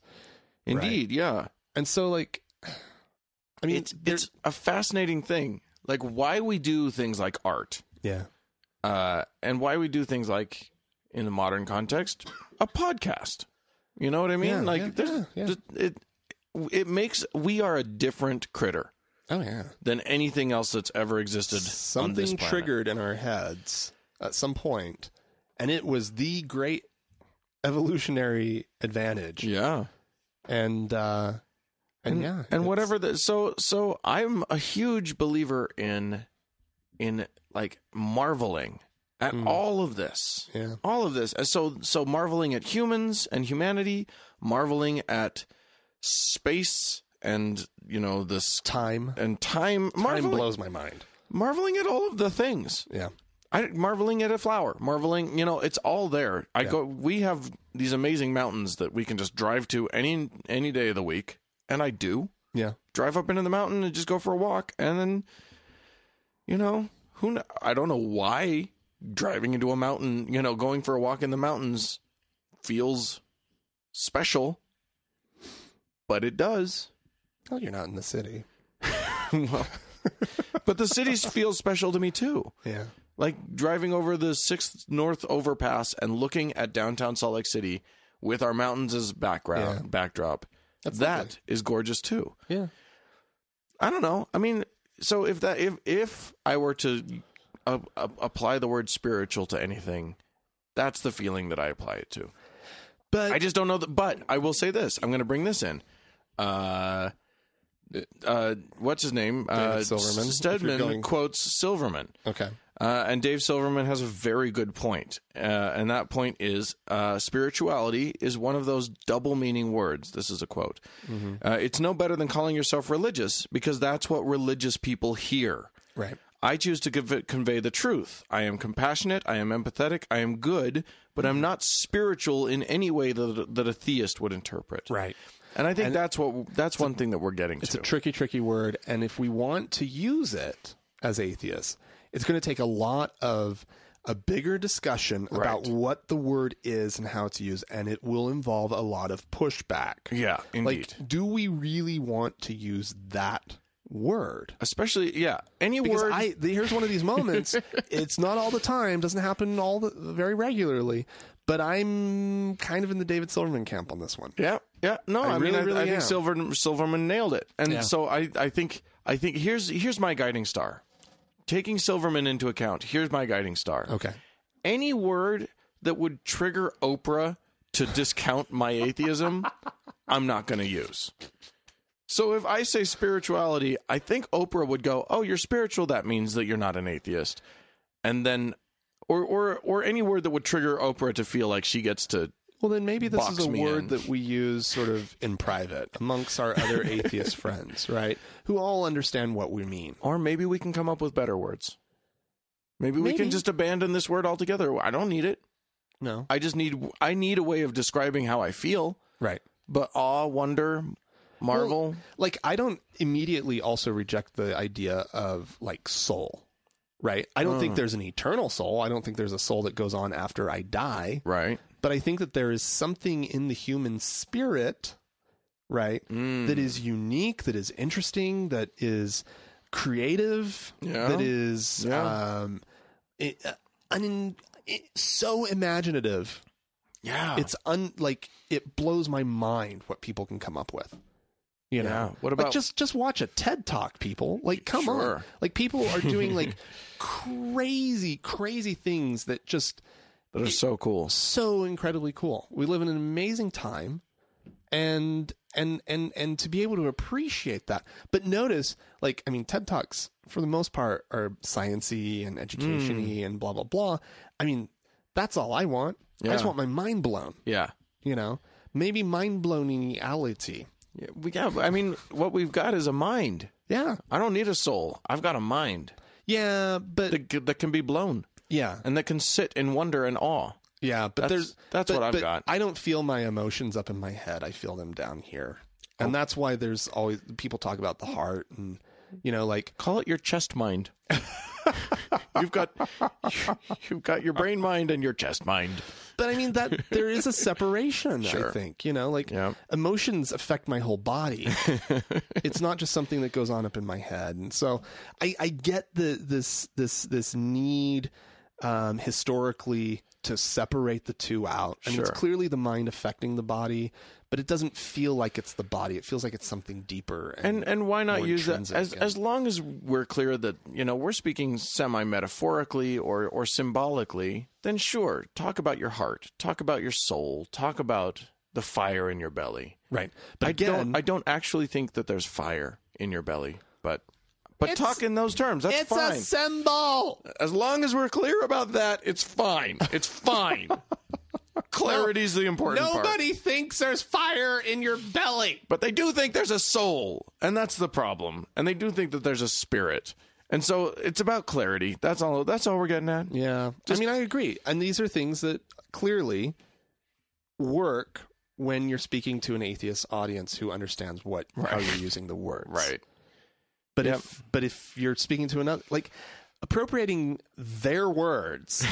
[SPEAKER 2] Indeed, yeah.
[SPEAKER 1] and so like i mean
[SPEAKER 2] it's
[SPEAKER 1] there-
[SPEAKER 2] it's a fascinating thing. Like why we do things like art.
[SPEAKER 1] yeah
[SPEAKER 2] uh, and why we do things like in the modern context a podcast you know what i mean
[SPEAKER 1] Yeah,
[SPEAKER 2] like
[SPEAKER 1] yeah,
[SPEAKER 2] there's,
[SPEAKER 1] yeah, yeah.
[SPEAKER 2] th- it it makes we are a different critter
[SPEAKER 1] oh yeah
[SPEAKER 2] than anything else that's ever existed on this
[SPEAKER 1] something
[SPEAKER 2] planet.
[SPEAKER 1] triggered in our heads at some point and it was the great evolutionary advantage
[SPEAKER 2] yeah
[SPEAKER 1] and uh and, yeah
[SPEAKER 2] and
[SPEAKER 1] it's-
[SPEAKER 2] whatever the so so i'm a huge believer in in like marveling at all of this
[SPEAKER 1] Hmm. Yeah.
[SPEAKER 2] all of this And so so marveling at humans and humanity marveling at space and you know this
[SPEAKER 1] time
[SPEAKER 2] and time
[SPEAKER 1] time
[SPEAKER 2] marveling,
[SPEAKER 1] blows my mind
[SPEAKER 2] marveling at all of the things
[SPEAKER 1] yeah
[SPEAKER 2] I, marveling at a flower, marveling, you know, it's all there. I go. We have these amazing mountains that we can just drive to any any day of the week, and I do
[SPEAKER 1] yeah
[SPEAKER 2] drive up into the mountain and just go for a walk, and then, you know, who kn- I don't know why driving into a mountain, you know, going for a walk in the mountains feels special, but it does.
[SPEAKER 1] well you're not in the city
[SPEAKER 2] well, but the cities feel special to me too.
[SPEAKER 1] yeah
[SPEAKER 2] like driving over the sixth north overpass and looking at downtown salt lake city with our mountains as background
[SPEAKER 1] Yeah.
[SPEAKER 2] backdrop That's gorgeous too
[SPEAKER 1] yeah
[SPEAKER 2] i don't know i mean so if that if if i were to uh, uh, apply the word spiritual to anything that's the feeling that i apply it to
[SPEAKER 1] but
[SPEAKER 2] i just don't know that but i will say this i'm going to bring this in uh uh what's his name uh
[SPEAKER 1] Silverman, if you're
[SPEAKER 2] stedman
[SPEAKER 1] going-
[SPEAKER 2] quotes silverman
[SPEAKER 1] okay
[SPEAKER 2] uh, and Dave Silverman has a very good point. Uh, and that point is uh, spirituality is one of those double meaning words. This is a quote.
[SPEAKER 1] Mm-hmm.
[SPEAKER 2] Uh, it's no better than calling yourself religious because that's what religious people hear.
[SPEAKER 1] right
[SPEAKER 2] I choose to conv- convey the truth. I am compassionate. I am empathetic. I am good, but
[SPEAKER 1] Mm-hmm.
[SPEAKER 2] I'm not spiritual in any way that, that a theist would interpret.
[SPEAKER 1] right
[SPEAKER 2] And I think that's what that's one thing that we're getting
[SPEAKER 1] It's
[SPEAKER 2] to.
[SPEAKER 1] a tricky, tricky word. And if we want to use it as atheists, it's going to take a lot of a bigger discussion about what the word is and how it's used. And it will involve a lot of pushback.
[SPEAKER 2] yeah, indeed.
[SPEAKER 1] Like, do we really want to use that word?
[SPEAKER 2] Especially, yeah, any
[SPEAKER 1] Because
[SPEAKER 2] word.
[SPEAKER 1] I, the- here's one of these moments. it's not all the time, doesn't happen all the, very regularly, but I'm kind of in the David Silverman camp on this one.
[SPEAKER 2] Yeah, yeah. No, I, mean,
[SPEAKER 1] really,
[SPEAKER 2] I,
[SPEAKER 1] really
[SPEAKER 2] I think
[SPEAKER 1] am.
[SPEAKER 2] Silver, Silverman nailed it, and so I, I think, I think here's here's my guiding star. Taking Silverman into account, here's my guiding star.
[SPEAKER 1] Okay.
[SPEAKER 2] Any word that would trigger Oprah to discount my atheism, I'm not going to use. So if I say spirituality, I think Oprah would go, "Oh, you're spiritual. That means that you're not an atheist." And then, or or or any word that would trigger Oprah to feel like she gets to
[SPEAKER 1] Well, then maybe this
[SPEAKER 2] box
[SPEAKER 1] is a
[SPEAKER 2] me
[SPEAKER 1] word
[SPEAKER 2] in.
[SPEAKER 1] that we use sort of in private amongst our other atheist friends, right? Who all understand what we mean.
[SPEAKER 2] Or maybe we can come up with better words. Maybe, we can
[SPEAKER 1] Maybe.
[SPEAKER 2] just abandon this word altogether. I don't need it.
[SPEAKER 1] No.
[SPEAKER 2] I just need I need a way of describing how I feel.
[SPEAKER 1] Right.
[SPEAKER 2] But awe, wonder, marvel.
[SPEAKER 1] Like, I don't immediately also reject the idea of like soul, right? I don't
[SPEAKER 2] Oh.
[SPEAKER 1] think there's an eternal soul. I don't think there's a soul that goes on after I die.
[SPEAKER 2] right.
[SPEAKER 1] But I think that there is something in the human spirit, right,
[SPEAKER 2] Mm.
[SPEAKER 1] that is unique, that is interesting, that is creative,
[SPEAKER 2] Yeah.
[SPEAKER 1] that is
[SPEAKER 2] Yeah.
[SPEAKER 1] um, it, uh, un, it, so imaginative.
[SPEAKER 2] Yeah.
[SPEAKER 1] It's un, like it blows my mind what people can come up with. You know,
[SPEAKER 2] Yeah.
[SPEAKER 1] like
[SPEAKER 2] What about-
[SPEAKER 1] just just watch a TED talk, people. Like, come on,
[SPEAKER 2] Sure.
[SPEAKER 1] like people are doing like crazy, crazy things that just
[SPEAKER 2] That are so cool.
[SPEAKER 1] so incredibly cool. We live in an amazing time and and and and to be able to appreciate that. But notice like I mean TED Talks for the most part are sciency and educationy and blah blah blah. I mean that's all I want. I just
[SPEAKER 2] Yeah.
[SPEAKER 1] want my mind blown,
[SPEAKER 2] Yeah.
[SPEAKER 1] you know. Maybe mind blowningality.
[SPEAKER 2] Yeah, we- yeah, but I mean, what we've got is a mind.
[SPEAKER 1] Yeah.
[SPEAKER 2] I don't need a soul. I've got a mind
[SPEAKER 1] Yeah, but
[SPEAKER 2] that, c- that can be blown
[SPEAKER 1] yeah.
[SPEAKER 2] and that can sit in wonder and awe.
[SPEAKER 1] Yeah, but
[SPEAKER 2] That's-
[SPEAKER 1] there's
[SPEAKER 2] that's
[SPEAKER 1] but-
[SPEAKER 2] what I've
[SPEAKER 1] but
[SPEAKER 2] got.
[SPEAKER 1] I don't feel my emotions up in my head. I feel them down here,
[SPEAKER 2] Oh.
[SPEAKER 1] and that's why there's always people talk about the heart and you know like
[SPEAKER 2] Call it your chest mind. you've got you've got your brain mind and your chest mind.
[SPEAKER 1] but i mean that there is a separation i
[SPEAKER 2] Sure.
[SPEAKER 1] think you know like
[SPEAKER 2] Yeah.
[SPEAKER 1] emotions affect my whole body it's not just something that goes on up in my head and so i i get the this this this need um historically to separate the two out i mean it's
[SPEAKER 2] Sure.
[SPEAKER 1] clearly the mind affecting the body but it doesn't feel like it's the body it feels like it's something deeper
[SPEAKER 2] And and why not
[SPEAKER 1] more
[SPEAKER 2] use that
[SPEAKER 1] intrinsic
[SPEAKER 2] as
[SPEAKER 1] and-
[SPEAKER 2] as long as we're clear that, you know, we're speaking semi metaphorically or or symbolically, then sure, talk about your heart, talk about your soul, talk about the fire in your belly.
[SPEAKER 1] right but
[SPEAKER 2] I
[SPEAKER 1] again
[SPEAKER 2] don't I don't actually think that there's fire in your belly, but but
[SPEAKER 1] It's-
[SPEAKER 2] talk in those terms. That's
[SPEAKER 1] it's
[SPEAKER 2] fine.
[SPEAKER 1] a symbol
[SPEAKER 2] as long as we're clear about that, it's fine. It's fine. Clarity's the important part.
[SPEAKER 1] Nobody thinks there's fire in your belly.
[SPEAKER 2] But they do think there's a soul, and that's the problem. And they do think that there's a spirit. And so it's about clarity. That's all that's all we're getting at.
[SPEAKER 1] Yeah. I mean, I agree. And these are things that clearly work when you're speaking to an atheist audience who understands what how you're using the words. But
[SPEAKER 2] Yep.
[SPEAKER 1] if but if you're speaking to another like appropriating their words,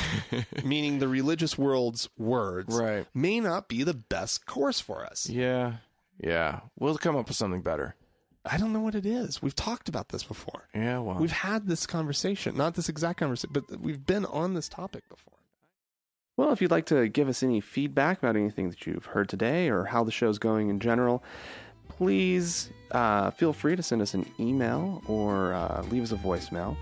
[SPEAKER 1] meaning the religious world's words,
[SPEAKER 2] Right.
[SPEAKER 1] may not be the best course for us.
[SPEAKER 2] Yeah. Yeah. We'll come up with something better.
[SPEAKER 1] I don't know what it is. We've talked about this before.
[SPEAKER 2] Yeah, well.
[SPEAKER 1] We've had this conversation, not this exact conversation, but we've been on this topic before.
[SPEAKER 3] Well, if you'd like to give us any feedback about anything that you've heard today or how the show's going in general, please uh, feel free to send us an email or uh, leave us a voicemail.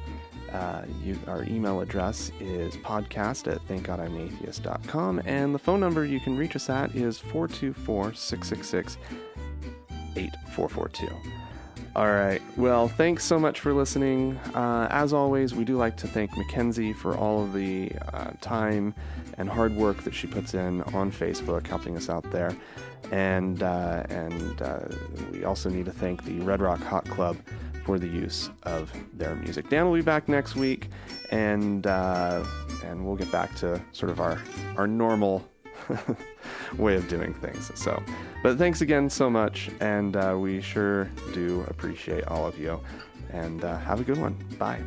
[SPEAKER 3] Uh, you, our email address is podcast at thankgodimatheist.com, and the phone number you can reach us at is 424 666 8442. All right. Well, thanks so much for listening. Uh, as always, we do like to thank Mackenzie for all of the uh, time and hard work that she puts in on Facebook, helping us out there. And uh, and uh, we also need to thank the Red Rock Hot Club for the use of their music. Dan will be back next week, and uh, and we'll get back to sort of our our normal way of doing things. So, but thanks again so much, and uh, we sure do appreciate all of you. And uh, have a good one. Bye.